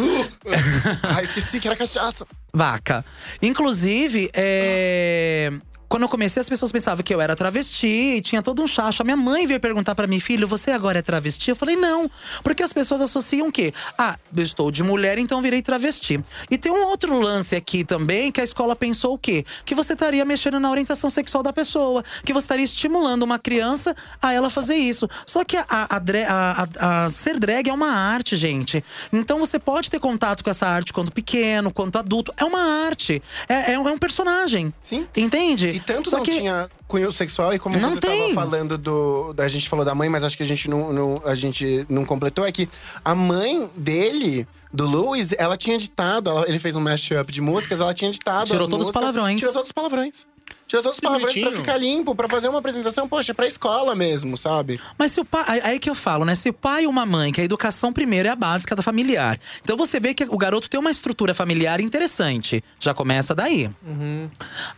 [SPEAKER 7] ah, esqueci que era cachaça.
[SPEAKER 6] Vaca. Inclusive, é, Quando eu comecei, as pessoas pensavam que eu era travesti, e tinha todo um chacho. A minha mãe veio perguntar pra mim, filho, você agora é travesti? Eu falei, não. Porque as pessoas associam o quê? Ah, eu estou de mulher, então virei travesti. E tem um outro lance aqui também, que a escola pensou o quê? Que você estaria mexendo na orientação sexual da pessoa, que você estaria estimulando uma criança a ela fazer isso. Só que a, a dre- a- a- a ser drag é uma arte, gente. Então você pode ter contato com essa arte quando pequeno, quando adulto. É uma arte. É, é um é um personagem.
[SPEAKER 7] Sim.
[SPEAKER 6] Entende?
[SPEAKER 7] E tanto
[SPEAKER 6] Só
[SPEAKER 7] não
[SPEAKER 6] que
[SPEAKER 7] tinha cunho sexual e como
[SPEAKER 6] Não
[SPEAKER 7] você
[SPEAKER 6] tem.
[SPEAKER 7] tava falando do. da- A gente falou da mãe, mas acho que a gente não, não- a gente não completou. É que a mãe dele, do Louis, ela tinha ditado. ela- ele fez um mashup de músicas, ela tinha ditado.
[SPEAKER 6] Tirou
[SPEAKER 7] as
[SPEAKER 6] todos os
[SPEAKER 7] músicas,
[SPEAKER 6] palavrões.
[SPEAKER 7] Tirou todos os palavrões. Tirou todos os
[SPEAKER 5] Que
[SPEAKER 7] palavrões pra
[SPEAKER 5] bonitinho.
[SPEAKER 7] ficar limpo, pra fazer uma apresentação, poxa, pra escola mesmo, sabe?
[SPEAKER 6] Mas se o pai. Aí que eu falo, né? Se o pai e uma mãe, que a educação primeiro é a básica da familiar. Então você vê que o garoto tem uma estrutura familiar interessante. Já começa daí.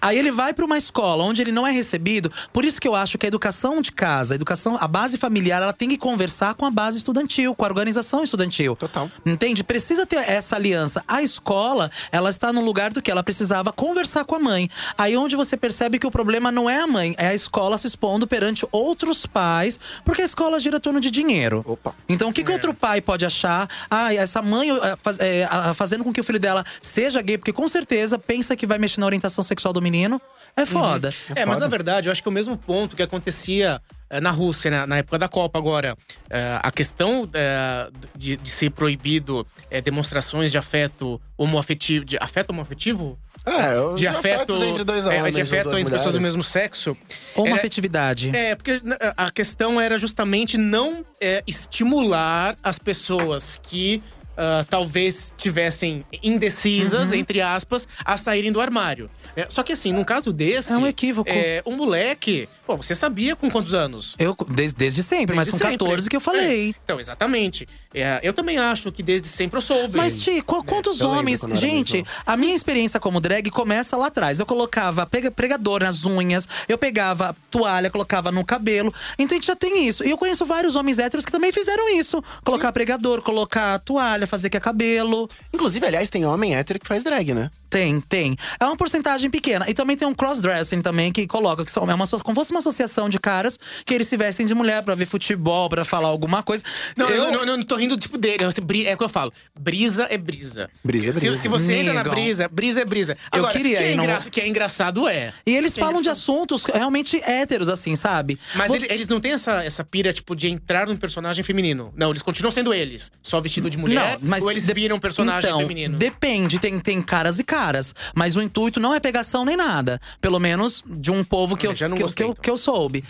[SPEAKER 6] Aí ele vai pra uma escola onde ele não é recebido. Por isso que eu acho que a educação de casa, a educação, a base familiar, ela tem que conversar com a base estudantil, com a organização estudantil.
[SPEAKER 7] Total.
[SPEAKER 6] Entende? Precisa ter essa aliança. A escola, ela está no lugar do que ela precisava conversar com a mãe. Aí onde você percebe que o problema não é a mãe, é a escola se expondo perante outros pais, porque a escola gira em torno de dinheiro.
[SPEAKER 7] Opa.
[SPEAKER 6] Então, o que, que outro pai pode achar? Ah, essa mãe eh, faz- eh, ah, fazendo com que o filho dela seja gay, porque com certeza pensa que vai mexer na orientação sexual do menino. É foda.
[SPEAKER 5] É, mas na verdade, eu acho que é o mesmo ponto que acontecia eh, na Rússia, né, na época da Copa agora. Eh, a questão eh, de, de ser proibido eh, demonstrações de afeto homoafetivo. De afeto homoafetivo?
[SPEAKER 7] É, eu- é,
[SPEAKER 5] De afeto.
[SPEAKER 7] entre dois
[SPEAKER 5] eh,
[SPEAKER 7] homens.
[SPEAKER 5] de
[SPEAKER 7] ou
[SPEAKER 5] afeto
[SPEAKER 7] duas
[SPEAKER 5] entre pessoas do
[SPEAKER 7] mulheres.
[SPEAKER 5] mesmo sexo. É,
[SPEAKER 6] Ou uma
[SPEAKER 5] Era-
[SPEAKER 6] afetividade.
[SPEAKER 5] É, porque né, a questão era justamente não é, estimular as pessoas que ah, talvez tivessem indecisas,
[SPEAKER 6] Uhum.
[SPEAKER 5] entre aspas, a saírem do armário. É, só que assim, num caso desse.
[SPEAKER 6] É um equívoco.
[SPEAKER 5] É, um moleque. Pô, você sabia com quantos anos?
[SPEAKER 6] Eu, desde, desde sempre, mas
[SPEAKER 5] Desde
[SPEAKER 6] com
[SPEAKER 5] sempre.
[SPEAKER 6] 14 que eu falei.
[SPEAKER 5] É, então, exatamente. É, eu também acho que desde sempre eu soube.
[SPEAKER 6] Mas, Ti, qu- quantos
[SPEAKER 7] É. Eu lembro
[SPEAKER 6] homens.
[SPEAKER 7] quando eu era mais
[SPEAKER 6] Gente,
[SPEAKER 7] novo.
[SPEAKER 6] a minha experiência como drag começa lá atrás. Eu colocava pega- pregador nas unhas, eu pegava toalha, colocava no cabelo. Então a gente já tem isso. E eu conheço vários homens héteros que também fizeram isso: colocar pregador, colocar toalha, fazer que é cabelo.
[SPEAKER 7] Inclusive, aliás, tem homem hétero que faz drag, né?
[SPEAKER 6] Tem, tem. É uma porcentagem pequena. E também tem um crossdressing também que coloca, que só- é uma só com você uma associação de caras que eles se vestem de mulher pra ver futebol, pra falar alguma coisa.
[SPEAKER 5] Não, eu não, não, não tô rindo tipo dele. eu- bri- É o que eu falo. Brisa é brisa.
[SPEAKER 7] Brisa é
[SPEAKER 5] Se-
[SPEAKER 7] brisa.
[SPEAKER 5] Se, você entra na
[SPEAKER 6] Negão.
[SPEAKER 5] brisa, brisa é brisa.
[SPEAKER 6] Eu
[SPEAKER 5] Agora,
[SPEAKER 6] queria
[SPEAKER 5] que é,
[SPEAKER 6] ir num-
[SPEAKER 5] engra- que é engraçado é.
[SPEAKER 6] E eles falam de assuntos realmente héteros, assim, sabe?
[SPEAKER 5] Mas
[SPEAKER 6] Vo-
[SPEAKER 5] ele- eles não têm essa, essa pira, tipo, de entrar num personagem feminino. Não, eles continuam sendo eles. Só vestido tipo de mulher,
[SPEAKER 6] Não, mas
[SPEAKER 5] ou eles
[SPEAKER 6] de-
[SPEAKER 5] viram um personagem
[SPEAKER 6] então,
[SPEAKER 5] feminino.
[SPEAKER 6] Depende, tem, tem caras e caras. Mas o intuito não é pegação nem nada. Pelo menos de um povo que,
[SPEAKER 5] Eu
[SPEAKER 6] eu,
[SPEAKER 5] já não
[SPEAKER 6] que, eu-
[SPEAKER 5] gostei,
[SPEAKER 6] que eu,
[SPEAKER 5] então.
[SPEAKER 6] que eu soube.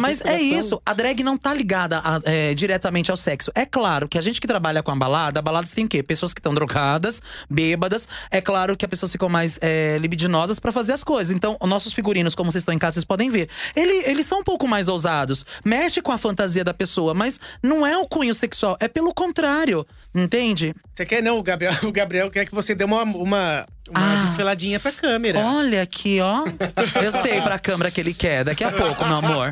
[SPEAKER 6] mas é isso, a drag não tá ligada a- é, diretamente ao sexo. É claro que a gente que trabalha com a balada, a balada tem o quê? Pessoas que estão drogadas, bêbadas. É claro que as pessoas ficam mais é, libidinosas pra fazer as coisas. Então, os nossos figurinos, como vocês estão em casa, vocês podem ver. Ele- eles são um pouco mais ousados. Mexe com a fantasia da pessoa, mas não é um cunho sexual. É pelo contrário, entende?
[SPEAKER 5] Você quer, não? O Gabriel, o Gabriel quer que você dê uma, uma, uma
[SPEAKER 6] Ah.
[SPEAKER 5] desfeladinha pra câmera.
[SPEAKER 6] Olha aqui, ó. Eu sei pra câmera que ele quer, daqui a pouco, meu amor.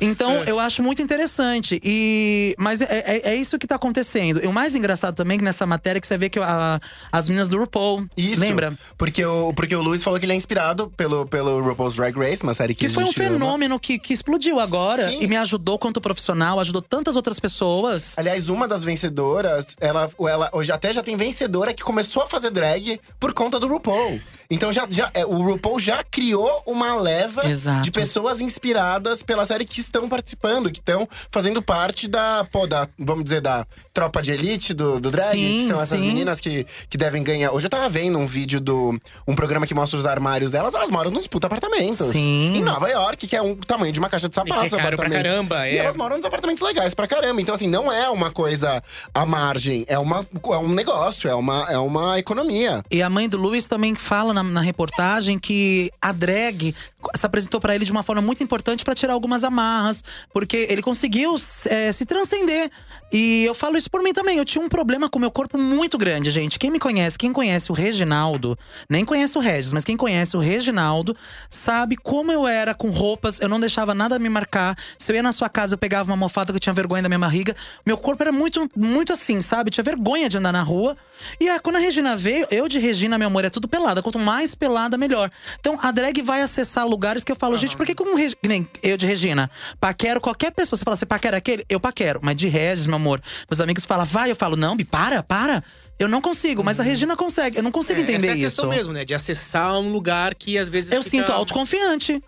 [SPEAKER 6] Então,
[SPEAKER 7] É.
[SPEAKER 6] eu acho muito interessante. E, mas é, é- é isso que tá acontecendo. E o mais engraçado também é que nessa matéria que você vê que a- as meninas do RuPaul.
[SPEAKER 7] Isso.
[SPEAKER 6] Lembra?
[SPEAKER 7] Porque o, porque o Luiz falou que ele é inspirado pelo, pelo RuPaul's Drag Race, uma série que,
[SPEAKER 6] Que
[SPEAKER 7] a
[SPEAKER 6] foi um
[SPEAKER 7] gente ama.
[SPEAKER 6] fenômeno que, que explodiu agora
[SPEAKER 7] Sim.
[SPEAKER 6] e me ajudou quanto profissional, ajudou tantas outras pessoas.
[SPEAKER 7] Aliás, uma das vencedoras, ela, ela hoje até já tem vencedora que começou a fazer drag por conta do RuPaul. Então já, já, é, o RuPaul já criou uma leva
[SPEAKER 6] Exato.
[SPEAKER 7] de pessoas inspiradas pela série que estão participando, que estão fazendo parte da, pô, da, vamos dizer, da tropa de elite do, do drag,
[SPEAKER 6] Sim,
[SPEAKER 7] que são essas
[SPEAKER 6] sim.
[SPEAKER 7] meninas que, que devem ganhar. Hoje eu tava vendo um vídeo do um programa que mostra os armários delas, elas moram nos puta apartamentos.
[SPEAKER 6] Sim.
[SPEAKER 7] Em Nova York, que é um o tamanho de uma caixa de
[SPEAKER 5] que é
[SPEAKER 7] sapatos.
[SPEAKER 5] caro pra
[SPEAKER 7] apartamento.
[SPEAKER 5] caramba,
[SPEAKER 7] E
[SPEAKER 5] é.
[SPEAKER 7] elas moram nos apartamentos legais pra caramba. Então, assim, não é uma coisa à margem, é, uma, é um negócio, é uma, é uma economia.
[SPEAKER 6] E a mãe do Luiz também fala na, na reportagem que a drag se apresentou pra ele de uma forma muito importante pra tirar algumas amarras, porque ele conseguiu eh, se transcender. E eu falo isso por mim também. Eu tinha um problema com o meu corpo muito grande, gente. Quem me conhece, quem conhece o Reginaldo, nem conhece o Regis, mas quem conhece o Reginaldo sabe como eu era com roupas, eu não deixava nada me marcar. Se eu ia na sua casa, eu pegava uma mofada que eu tinha vergonha da minha barriga. Meu corpo era muito, muito assim, sabe? Eu tinha vergonha de andar na rua. E ah, quando a Regina veio, eu de Regina, meu amor, é tudo pelada. Quanto mais pelada, melhor. Então a drag vai acessar lugares que eu falo, gente, por que como Reg... que nem eu de Regina? Paquero qualquer pessoa. Você fala, você paquera aquele? Eu paquero. Mas de Regis, meu amor, meus amigos falam, vai. Eu falo, não, Bi, para, para. Eu não consigo, mas a Regina consegue. Eu não consigo
[SPEAKER 5] Uhum. É, essa
[SPEAKER 6] entender
[SPEAKER 5] é a
[SPEAKER 6] isso.
[SPEAKER 5] questão mesmo, né? De acessar um lugar que às vezes.
[SPEAKER 6] Eu
[SPEAKER 5] fica-
[SPEAKER 6] sinto autoconfiante.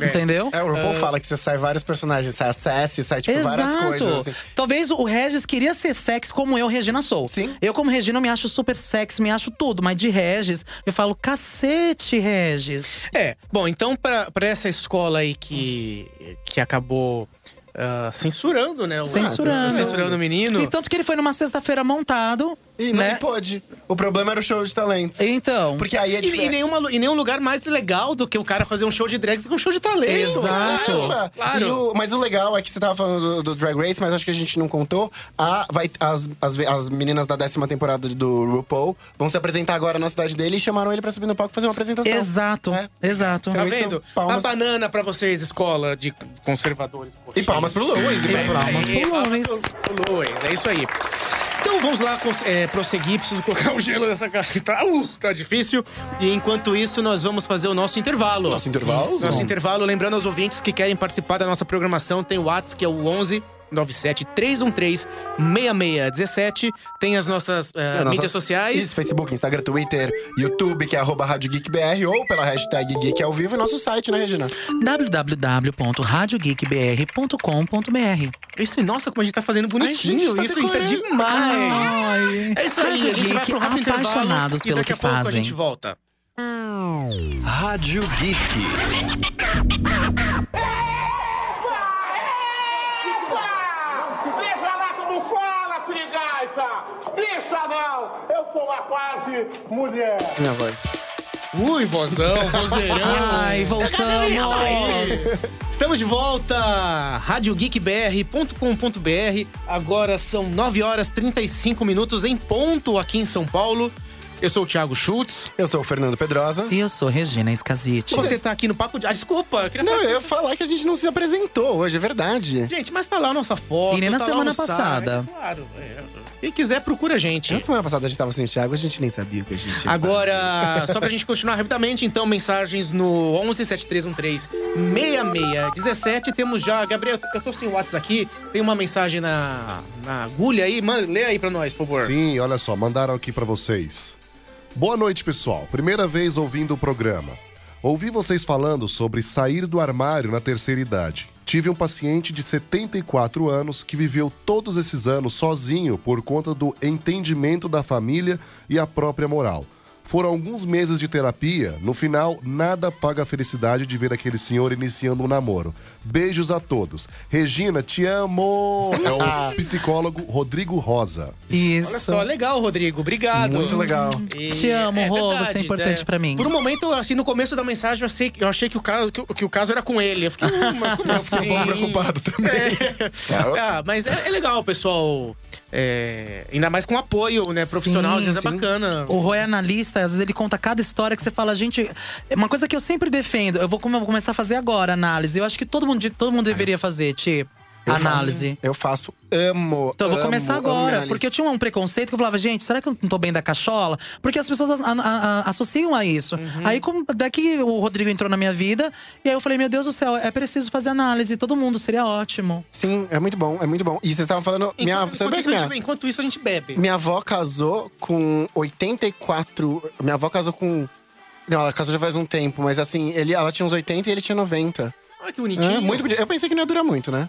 [SPEAKER 5] É.
[SPEAKER 6] Entendeu?
[SPEAKER 7] É, o RuPaul fala que você sai vários personagens, sai a Sassy, sai, tipo, várias
[SPEAKER 6] ah, Exato.
[SPEAKER 7] coisas. Assim.
[SPEAKER 6] Talvez o Regis queria ser sexy como eu, Regina, sou.
[SPEAKER 7] Sim.
[SPEAKER 6] Eu, como Regina, eu me acho super sexy, me acho tudo. Mas de Regis, eu falo, cacete, Regis.
[SPEAKER 5] É, bom, então pra, pra essa escola aí que, que acabou ah, censurando, né? o-
[SPEAKER 6] Censurando.
[SPEAKER 5] Censurando Então, o menino.
[SPEAKER 6] E tanto que ele foi numa sexta-feira montado,
[SPEAKER 7] E não
[SPEAKER 6] né?
[SPEAKER 7] pôde. O problema era o show de talentos.
[SPEAKER 6] Então.
[SPEAKER 7] Porque aí é
[SPEAKER 5] E, e
[SPEAKER 7] diferente.
[SPEAKER 5] nenhuma, lu- e nenhum lugar mais legal do que o cara fazer um show de drags do que um show de talento.
[SPEAKER 6] Exato.
[SPEAKER 5] Caramba.
[SPEAKER 7] E
[SPEAKER 5] Claro.
[SPEAKER 7] o- mas o legal é que você tava falando do, do Drag Race, mas acho que a gente não contou. A, vai, as, as, as meninas da décima temporada do RuPaul vão se apresentar agora na cidade dele e chamaram ele pra subir no palco e fazer uma apresentação.
[SPEAKER 6] Exato,
[SPEAKER 7] É.
[SPEAKER 6] exato.
[SPEAKER 5] Tá
[SPEAKER 7] isso,
[SPEAKER 5] vendo?
[SPEAKER 7] palmas-
[SPEAKER 5] Uma banana pra vocês, escola de conservadores.
[SPEAKER 7] E palmas pro Luiz. E
[SPEAKER 5] É isso
[SPEAKER 7] palmas.
[SPEAKER 6] palmas
[SPEAKER 5] aí,
[SPEAKER 6] pro
[SPEAKER 5] palmas
[SPEAKER 6] Luiz.
[SPEAKER 5] pro- pro Luiz, é isso aí. Então vamos lá cons- é, prosseguir, preciso colocar o gelo nessa caixa. Tá, uh, tá difícil. E enquanto isso, nós vamos fazer o nosso intervalo.
[SPEAKER 7] Nosso intervalo?
[SPEAKER 5] Isso. Nosso intervalo. Lembrando aos ouvintes que querem participar da nossa programação, tem o WhatsApp que é o 11 97 313 6617. Tem as nossas eh,
[SPEAKER 7] Nas
[SPEAKER 5] mídias
[SPEAKER 7] nossas-
[SPEAKER 6] É
[SPEAKER 5] sociais.
[SPEAKER 7] Isso, Facebook, Instagram, Twitter, YouTube, que é arroba Rádio Geek BR, ou pela hashtag Geek ao vivo e nosso site, né, Regina?
[SPEAKER 6] www.radiogeekbr.com.br
[SPEAKER 5] Isso, nossa, como a gente tá fazendo bonitinho.
[SPEAKER 7] gente, tá
[SPEAKER 5] isso, a gente tá
[SPEAKER 7] decorando.
[SPEAKER 5] demais. É isso aí,
[SPEAKER 6] Rádio
[SPEAKER 5] a gente vai
[SPEAKER 6] Geek,
[SPEAKER 5] pro rápido intervalo
[SPEAKER 6] apaixonados
[SPEAKER 5] e
[SPEAKER 6] pelo
[SPEAKER 5] daqui
[SPEAKER 6] que
[SPEAKER 5] a pouco a
[SPEAKER 6] fazem.
[SPEAKER 5] gente volta.
[SPEAKER 1] Rádio Geek.
[SPEAKER 8] Epa! Deixa lá que não fala, sirigaita! Bicha não! Eu sou uma quase mulher!
[SPEAKER 7] Minha voz.
[SPEAKER 5] Ui, vozão, vozeirão.
[SPEAKER 6] Ai, voltamos!
[SPEAKER 5] Estamos de volta! RadioGeekBR.com.br. Agora são 9 horas 35 minutos em ponto aqui em São Paulo. Eu sou o Thiago Schultz.
[SPEAKER 7] Eu sou o Fernando Pedrosa.
[SPEAKER 6] E eu sou Regina Escazite.
[SPEAKER 5] Você tá aqui no Papo de. Ah, desculpa, eu queria
[SPEAKER 7] Não,
[SPEAKER 5] falar.
[SPEAKER 7] eu ia falar que a gente não se apresentou hoje, é verdade.
[SPEAKER 5] Gente, mas tá lá a nossa foto.
[SPEAKER 6] E nem na
[SPEAKER 5] tá lá
[SPEAKER 6] semana
[SPEAKER 5] o site,
[SPEAKER 6] passada.
[SPEAKER 5] claro. é. Quem quiser, procura a gente.
[SPEAKER 7] Na semana passada a gente tava sem o Thiago, a gente nem sabia o que a gente ia
[SPEAKER 5] Agora, só pra gente continuar rapidamente, então, mensagens no 11 7313 6617. Temos já, Gabriel, eu tô sem WhatsApp aqui, tem uma mensagem na, na agulha aí, manda, lê aí pra nós, por favor.
[SPEAKER 4] Sim, olha só, mandaram aqui pra vocês. Boa noite, pessoal. Primeira vez ouvindo o programa. Ouvi vocês falando sobre sair do armário na terceira idade. Tive um paciente de 74 anos que viveu todos esses anos sozinho por conta do entendimento da família e a própria moral. Foram alguns meses de terapia, no final, nada paga a felicidade de ver aquele senhor iniciando um namoro. Beijos a todos. Regina, te amo! É o psicólogo Rodrigo Rosa.
[SPEAKER 6] Isso.
[SPEAKER 5] Olha só, legal, Rodrigo, obrigado.
[SPEAKER 7] Muito legal.
[SPEAKER 5] E-
[SPEAKER 6] Te amo, Rô, você é importante pra mim.
[SPEAKER 5] Por um momento, assim, no começo da mensagem, eu achei, eu achei que, o caso, que, o- que o caso era com ele. Eu fiquei, hum, mas como assim?
[SPEAKER 7] bom preocupado também.
[SPEAKER 5] É. Ah, mas é, é legal, pessoal. É, ainda mais com apoio, né? Profissional,
[SPEAKER 6] Sim,
[SPEAKER 5] às vezes
[SPEAKER 6] sim.
[SPEAKER 5] é bacana.
[SPEAKER 6] O Roy é analista, às vezes ele conta cada história que você fala, gente. é Uma coisa que eu sempre defendo, eu vou, come- eu vou começar a fazer agora análise. Eu acho que todo mundo, todo mundo deveria fazer, tipo,
[SPEAKER 7] Eu
[SPEAKER 6] análise.
[SPEAKER 7] faço- eu faço, amo.
[SPEAKER 6] Então, eu vou
[SPEAKER 7] amo,
[SPEAKER 6] começar
[SPEAKER 7] amo
[SPEAKER 6] agora,
[SPEAKER 7] minha
[SPEAKER 6] porque eu tinha um preconceito que eu falava, gente, será que eu não tô bem da cachola? Porque as pessoas a- a- a- associam a isso.
[SPEAKER 7] Uhum.
[SPEAKER 6] Aí, como, daqui o Rodrigo entrou na minha vida, e aí eu falei, meu Deus do céu, é preciso fazer análise, todo mundo seria ótimo.
[SPEAKER 7] Sim, é muito bom, é muito bom. E vocês estavam falando. minha,
[SPEAKER 5] Enquanto,
[SPEAKER 7] sabe
[SPEAKER 5] enquanto
[SPEAKER 7] que
[SPEAKER 5] isso, a
[SPEAKER 7] minha,
[SPEAKER 5] gente, enquanto isso, a gente bebe.
[SPEAKER 7] minha avó casou com 84. Minha avó casou com. Não, ela casou já faz um tempo, mas assim, ele, ela tinha uns 80 e ele tinha 90.
[SPEAKER 5] Olha que
[SPEAKER 7] É,
[SPEAKER 5] bonitinho.
[SPEAKER 7] muito bonito. Eu pensei que não ia durar muito, né?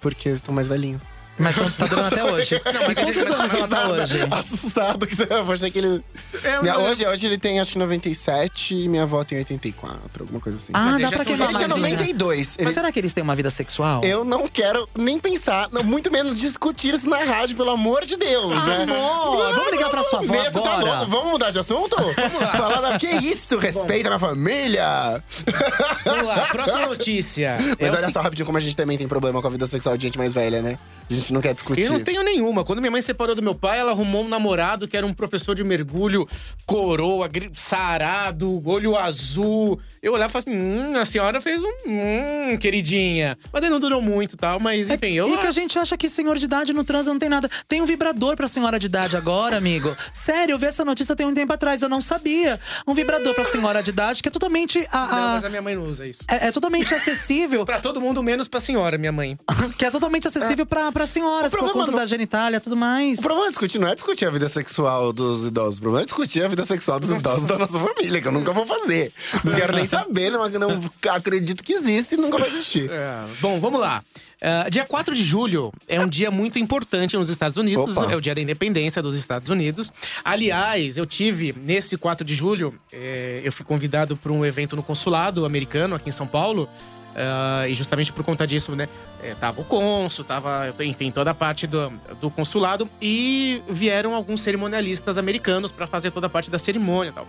[SPEAKER 7] Porque eles estão mais velhinhos.
[SPEAKER 6] Mas tá, tá durando até hoje.
[SPEAKER 5] mas
[SPEAKER 6] e quantos
[SPEAKER 5] ele-
[SPEAKER 6] anos ela tá hoje?
[SPEAKER 7] Assustado que você eu achei que ele.
[SPEAKER 5] É,
[SPEAKER 7] Minha-
[SPEAKER 5] não,
[SPEAKER 7] hoje, hoje ele tem acho que 97 e minha avó tem 84, alguma coisa assim.
[SPEAKER 6] Ah,
[SPEAKER 5] Mas
[SPEAKER 6] dá
[SPEAKER 5] já
[SPEAKER 6] pra
[SPEAKER 5] são
[SPEAKER 6] queimar
[SPEAKER 7] ele tinha
[SPEAKER 5] jovens,
[SPEAKER 6] mais.
[SPEAKER 7] 92. Ele-
[SPEAKER 6] Mas será que eles têm uma vida sexual?
[SPEAKER 7] Eu não quero nem pensar, não, muito menos discutir isso na rádio, pelo amor de Deus, né?
[SPEAKER 6] Amor, vamos ligar pra sua avó
[SPEAKER 7] Nessa tá
[SPEAKER 6] agora.
[SPEAKER 7] louco. Vamos mudar de assunto? Vamos lá. Falar da... Que isso? Respeita a minha família!
[SPEAKER 6] É
[SPEAKER 5] Vamos lá, próxima notícia.
[SPEAKER 7] Mas
[SPEAKER 5] É o
[SPEAKER 7] olha só rapidinho como a gente também tem problema com a vida sexual de gente mais velha, né? A gente não quer discutir.
[SPEAKER 5] Eu não tenho nenhuma. Quando minha mãe separou do meu pai, ela arrumou um namorado que era um professor de mergulho, coroa, gri- sarado, olho azul. Eu olhava e falava assim: hum, a senhora fez um hum, queridinha. Mas daí não durou muito e tal, mas enfim, eu.
[SPEAKER 6] E É que a gente acha que senhor de idade no transa não tem nada. Tem um vibrador pra senhora de idade agora, amigo. Sério, eu vi essa notícia tem um tempo atrás, eu não sabia. Um vibrador pra senhora de idade que é totalmente. a-
[SPEAKER 5] Não,
[SPEAKER 6] a-
[SPEAKER 5] mas a minha mãe não usa isso.
[SPEAKER 6] é, é totalmente acessível,
[SPEAKER 5] Pra todo mundo, menos pra senhora, minha mãe.
[SPEAKER 6] que é totalmente acessível pra, pra senhoras,
[SPEAKER 7] O
[SPEAKER 6] por
[SPEAKER 7] problema
[SPEAKER 6] conta
[SPEAKER 7] não-
[SPEAKER 6] da genitália e tudo mais.
[SPEAKER 7] O problema é discutir, não é discutir a vida sexual dos idosos. O problema é discutir a vida sexual dos idosos da nossa família, que eu nunca vou fazer. Não quero nem saber, não, não acredito que existe e nunca vai existir.
[SPEAKER 5] É, Bom, vamos lá. Ah, dia 4 de julho é um dia muito importante nos Estados Unidos.
[SPEAKER 7] Opa.
[SPEAKER 5] É o dia da independência dos Estados Unidos. Aliás, eu tive, nesse 4 de julho, eh, eu fui convidado para um evento no consulado americano aqui em São Paulo. Ah, e justamente por conta disso, né? eh, tava o cônsul, tava, enfim, toda a parte do, do consulado. E vieram alguns cerimonialistas americanos para fazer toda a parte da cerimônia e tal.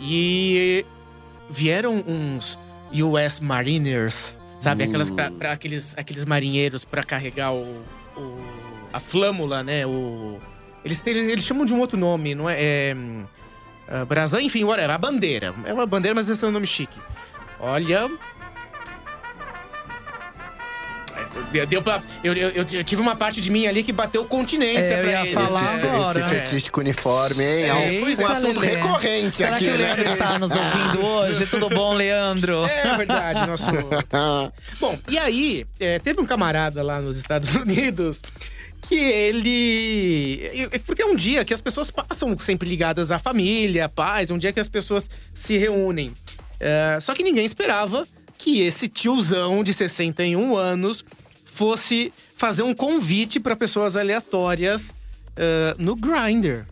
[SPEAKER 5] E vieram uns US Mariners,
[SPEAKER 7] Uh.
[SPEAKER 5] sabe? Aquelas pra, pra aqueles, aqueles marinheiros pra carregar o, o- a flâmula, né? O, eles, têm- eles chamam de um outro nome, não é? é hum, ah, brasão, enfim, whatever. A bandeira. É uma bandeira, mas esse é um nome chique. Olha. É, Deu, deu pra, eu, eu, eu- eu tive uma parte de mim ali que bateu continência
[SPEAKER 6] É, eu
[SPEAKER 5] pra
[SPEAKER 6] ia
[SPEAKER 5] eles.
[SPEAKER 6] falar
[SPEAKER 5] É.
[SPEAKER 6] agora.
[SPEAKER 7] Esse fetiche com uniforme, hein? É, um-
[SPEAKER 6] Eita,
[SPEAKER 7] um assunto
[SPEAKER 6] Lelê.
[SPEAKER 7] recorrente
[SPEAKER 5] é
[SPEAKER 6] Será
[SPEAKER 7] aqui,
[SPEAKER 6] que
[SPEAKER 7] né?
[SPEAKER 6] o Leandro está nos ouvindo hoje? Tudo bom, Leandro?
[SPEAKER 5] É verdade, nosso. Bom, e aí, é, teve um camarada lá nos Estados Unidos que ele. é Porque é um dia que as pessoas passam sempre ligadas à família, à paz, é um dia que as pessoas se reúnem. É, só que ninguém esperava que esse tiozão de 61 anos fosse fazer um convite para pessoas aleatórias é, no Grindr.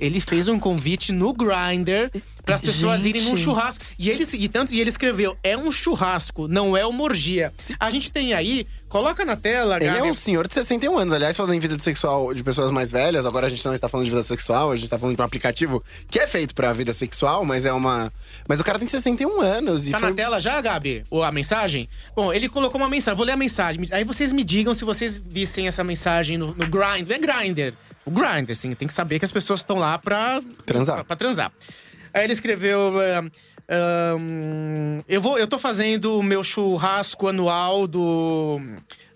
[SPEAKER 5] Ele fez um convite no Grindr para as pessoas
[SPEAKER 6] Gente.
[SPEAKER 5] irem num churrasco. E ele e tanto e ele escreveu: é um churrasco, não é uma orgia. A gente tem aí, coloca na tela,
[SPEAKER 7] Ele é
[SPEAKER 5] Gabi. Tá
[SPEAKER 7] um senhor de 61 anos. Aliás, falando em vida sexual de pessoas mais velhas, agora a gente não está falando de vida sexual, a gente está falando de um aplicativo que é feito pra vida sexual, mas é uma. Mas o cara tem 61 anos e
[SPEAKER 5] Tá
[SPEAKER 7] foi.
[SPEAKER 5] na tela já, Gabi? Ou a mensagem? Bom, ele colocou uma mensagem. Vou ler a mensagem. Aí vocês me digam se vocês vissem essa mensagem no, no Grind. É Grindr. o grind, assim. Tem que saber que as pessoas estão lá pra
[SPEAKER 7] Transar.
[SPEAKER 5] Pra, pra transar. Aí ele escreveu. é, ahn, eu, vou, eu tô fazendo o meu churrasco anual do.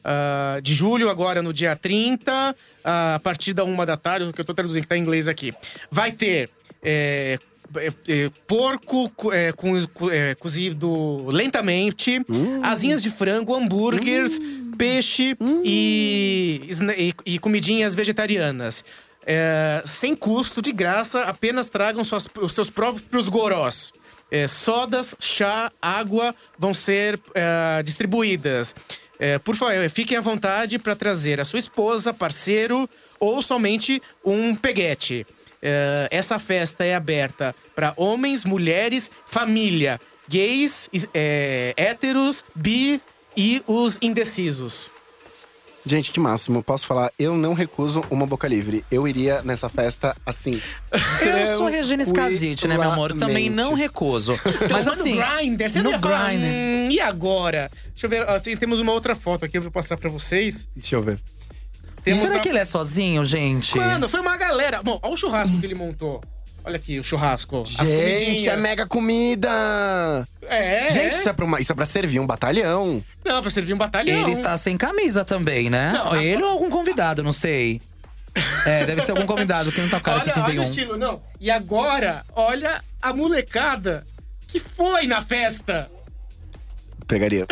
[SPEAKER 5] ah, de julho, agora no dia 30, ah, a partir da uma da tarde, o que eu tô traduzindo, que tá em inglês aqui. Vai ter é, é, é, porco co- é, co- co- é, cozido lentamente, asinhas de frango, hambúrgueres, peixe e, esne- e- e comidinhas vegetarianas. É, sem custo, de graça, apenas tragam suas- os seus próprios gorós. É, sodas, chá, água vão ser é, distribuídas. É, por favor, fiquem à vontade para trazer a sua esposa, parceiro ou somente um peguete. É, essa festa é aberta para homens, mulheres, família, gays, is- é, héteros, bi e os indecisos.
[SPEAKER 7] Gente, que máximo. Posso falar, eu não recuso uma boca livre. Eu iria nessa festa assim.
[SPEAKER 6] Eu sou Regina Scasite, né, meu amor? Também
[SPEAKER 7] Tranquilamente.
[SPEAKER 6] não recuso. Mas
[SPEAKER 5] Mas
[SPEAKER 6] assim.
[SPEAKER 5] no Grindr, você não
[SPEAKER 6] no
[SPEAKER 5] ia falar,
[SPEAKER 6] Grindr.
[SPEAKER 5] "Hum, e agora? Deixa eu ver, assim, temos uma outra foto aqui, eu vou passar para vocês.
[SPEAKER 7] Deixa eu ver.
[SPEAKER 5] "Hum, Temos
[SPEAKER 6] Será
[SPEAKER 5] a-
[SPEAKER 6] que ele é sozinho, gente?
[SPEAKER 5] Mano, foi uma galera. Bom, olha o churrasco que ele montou. Olha aqui, o churrasco. As comidinhas.
[SPEAKER 7] Gente, é mega comida!
[SPEAKER 5] É,
[SPEAKER 7] Gente,
[SPEAKER 5] é.
[SPEAKER 7] isso é, pra uma- isso é pra servir um batalhão.
[SPEAKER 5] Não, pra servir um batalhão.
[SPEAKER 6] Ele está sem camisa também, né?
[SPEAKER 5] Não.
[SPEAKER 6] ele ou algum convidado, não sei. É, deve ser algum convidado que não tá com cara de
[SPEAKER 5] olha, olha o
[SPEAKER 6] 61.
[SPEAKER 5] estilo, não. E agora, olha a molecada que foi na festa.
[SPEAKER 7] Pegaria.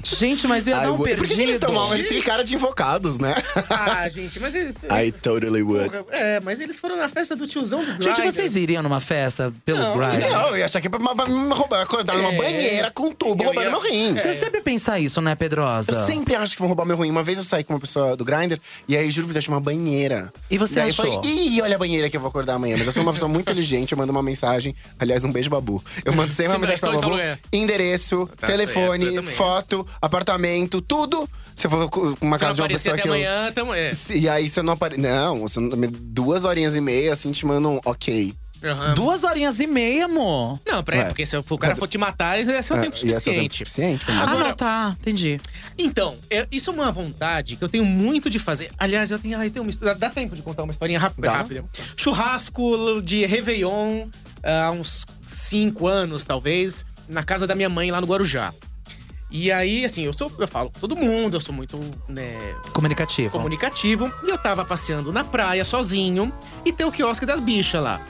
[SPEAKER 6] Gente, mas eu ia dar um
[SPEAKER 7] would- Por que que eles
[SPEAKER 6] perdido.
[SPEAKER 7] tão mal? Eles têm cara de invocados, né?
[SPEAKER 5] Ah, gente, mas eles.
[SPEAKER 7] I totally would.
[SPEAKER 5] Porra, É, mas eles foram na festa do tiozão do
[SPEAKER 6] Gente,
[SPEAKER 5] Grindr.
[SPEAKER 6] vocês iriam numa festa pelo
[SPEAKER 5] Não,
[SPEAKER 6] Grindr?
[SPEAKER 7] Não, eu ia achar que é pra, pra me roubar, acordar numa
[SPEAKER 5] É.
[SPEAKER 7] banheira com um tubo,
[SPEAKER 5] Eu
[SPEAKER 7] roubando
[SPEAKER 5] ia-
[SPEAKER 7] meu rim.
[SPEAKER 6] Você sempre pensa isso, né,
[SPEAKER 5] Tá.
[SPEAKER 6] Pedrosa?
[SPEAKER 7] Eu sempre acho que vão roubar meu ruim. Uma vez eu saí com uma pessoa do Grindr e aí juro que deixei uma banheira.
[SPEAKER 6] E você
[SPEAKER 7] Daí
[SPEAKER 6] achou?
[SPEAKER 7] Eu falei, Ih, olha a banheira que eu vou acordar amanhã. Mas eu sou uma pessoa muito inteligente, eu mando uma mensagem. Aliás, um beijo, babu. Eu mando sempre uma
[SPEAKER 5] Sempre
[SPEAKER 7] mensagem pra
[SPEAKER 5] estou em tal
[SPEAKER 7] babu.
[SPEAKER 5] lugar.
[SPEAKER 7] Endereço,
[SPEAKER 5] então, Tá certo, eu
[SPEAKER 7] telefone,
[SPEAKER 5] também.
[SPEAKER 7] foto, apartamento, tudo. Se eu for com uma
[SPEAKER 5] Se não
[SPEAKER 7] casa de uma
[SPEAKER 5] aparecer
[SPEAKER 7] pessoa
[SPEAKER 5] até
[SPEAKER 7] que eu.
[SPEAKER 5] amanhã, então é.
[SPEAKER 7] E aí, se eu não aparecer. Não, se eu não- duas horinhas e meia, assim, te mandam um ok.
[SPEAKER 5] Aham.
[SPEAKER 6] Duas horinhas e meia, amor.
[SPEAKER 5] Não, pra,
[SPEAKER 7] Ué.
[SPEAKER 5] porque se o cara for te matar, esse é seu
[SPEAKER 7] Ah,
[SPEAKER 5] tempo
[SPEAKER 7] e esse é o tempo
[SPEAKER 5] suficiente.
[SPEAKER 7] suficiente pra mim.
[SPEAKER 6] Ah,
[SPEAKER 5] Agora-
[SPEAKER 6] não, tá. Entendi.
[SPEAKER 5] Então, é- isso é uma vontade que eu tenho muito de fazer. Aliás, eu tenho. Ai, tem uma, histó- dá, dá tempo de contar uma historinha rápida?
[SPEAKER 7] Dá.
[SPEAKER 5] rápida. Churrasco de Réveillon, ah, há uns cinco anos, talvez, na casa da minha mãe lá no Guarujá. E aí, assim, eu sou. Eu falo com todo mundo, eu sou muito, né,
[SPEAKER 6] Comunicativo.
[SPEAKER 5] comunicativo. E eu tava passeando na praia sozinho e tem o quiosque das bichas lá.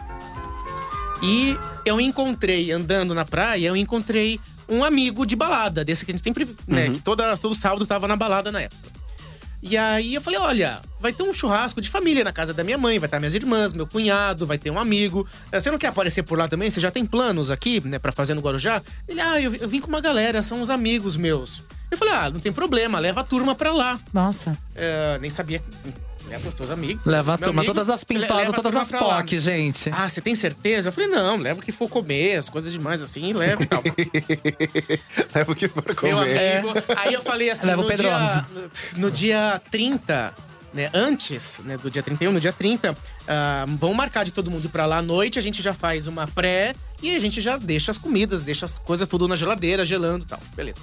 [SPEAKER 5] E eu encontrei, andando na praia, eu encontrei um amigo de balada, desse que a gente sempre. né, que toda, todo sábado tava na balada na época. E aí eu falei: olha, vai ter um churrasco de família na casa da minha mãe, vai estar minhas irmãs, meu cunhado, vai ter um amigo. Eh, Você não quer aparecer por lá também? Você já tem planos aqui, né, pra fazer no Guarujá? Ele, ah, eu, eu vim com uma galera, são uns amigos meus. Eu falei: ah, não tem problema, leva a turma pra lá.
[SPEAKER 6] Nossa.
[SPEAKER 5] É, nem sabia. que- Leva os seus amigos.
[SPEAKER 6] Leva a
[SPEAKER 5] Meu
[SPEAKER 6] turma,
[SPEAKER 5] amigo,
[SPEAKER 6] todas as
[SPEAKER 5] le-
[SPEAKER 6] pintosas,
[SPEAKER 5] leva a
[SPEAKER 6] todas
[SPEAKER 5] turma
[SPEAKER 6] as
[SPEAKER 5] pra lá.
[SPEAKER 6] POC, gente.
[SPEAKER 5] Ah, você tem certeza? Eu falei, não, leva o que for comer, as coisas demais assim, leva e tal.
[SPEAKER 7] É porque for
[SPEAKER 5] Meu
[SPEAKER 7] comer.
[SPEAKER 5] amigo. Aí eu falei assim,
[SPEAKER 6] Leva o
[SPEAKER 5] no,
[SPEAKER 6] Pedro
[SPEAKER 5] dia, no dia 30, né, antes né, do dia 31, no dia 30, ah, vão marcar de todo mundo ir pra lá à noite, a gente já faz uma pré e a gente já deixa as comidas, deixa as coisas tudo na geladeira, gelando e tal. Beleza.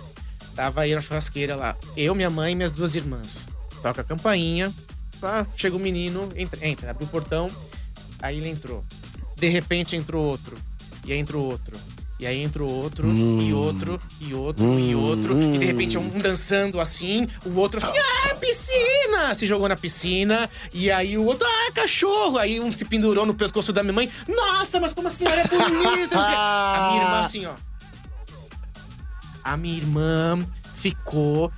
[SPEAKER 5] Tava aí na churrasqueira lá. Eu, minha mãe e minhas duas irmãs. Toca a campainha. Pá, chega o menino, entra, entra, abre o portão. Aí ele entrou. De repente entrou outro. E aí entrou outro. E aí entrou outro, e
[SPEAKER 7] Hum.
[SPEAKER 5] outro, e outro, e outro. E de repente um dançando assim, o outro assim, ah, piscina! Se jogou na piscina. E aí o outro, ah, cachorro! Aí um se pendurou no pescoço da minha mãe. Nossa, mas como a senhora é bonita! não sei- a minha irmã assim, ó. A minha irmã ficou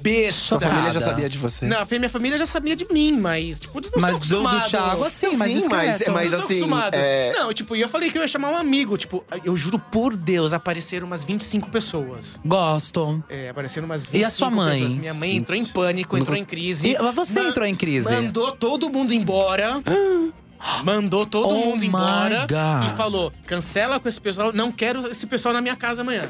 [SPEAKER 5] besta.
[SPEAKER 7] Sua família já
[SPEAKER 6] Nada.
[SPEAKER 7] sabia de você.
[SPEAKER 5] Não, a minha família já sabia de mim, mas, tipo, não sou
[SPEAKER 6] Mas do- do,
[SPEAKER 5] acostumado.
[SPEAKER 6] Thiago, assim,
[SPEAKER 7] Não,
[SPEAKER 6] mas
[SPEAKER 7] sim,
[SPEAKER 6] discreto.
[SPEAKER 7] mas- mas
[SPEAKER 5] Eu sou
[SPEAKER 7] assim,
[SPEAKER 5] acostumado.
[SPEAKER 7] é-
[SPEAKER 5] Não, tipo, e eu falei que eu ia chamar um amigo. Tipo, eu juro por Deus, apareceram umas 25 pessoas.
[SPEAKER 6] Gosto.
[SPEAKER 5] É, apareceram umas 25
[SPEAKER 6] E a sua mãe?
[SPEAKER 5] pessoas. Minha mãe entrou em pânico, entrou em crise.
[SPEAKER 6] E você
[SPEAKER 5] Ma-
[SPEAKER 6] entrou em crise.
[SPEAKER 5] Mandou todo mundo embora. Mandou todo
[SPEAKER 6] Oh
[SPEAKER 5] mundo
[SPEAKER 6] my
[SPEAKER 5] embora.
[SPEAKER 6] God.
[SPEAKER 5] E falou, cancela com esse pessoal. Não quero esse pessoal na minha casa amanhã.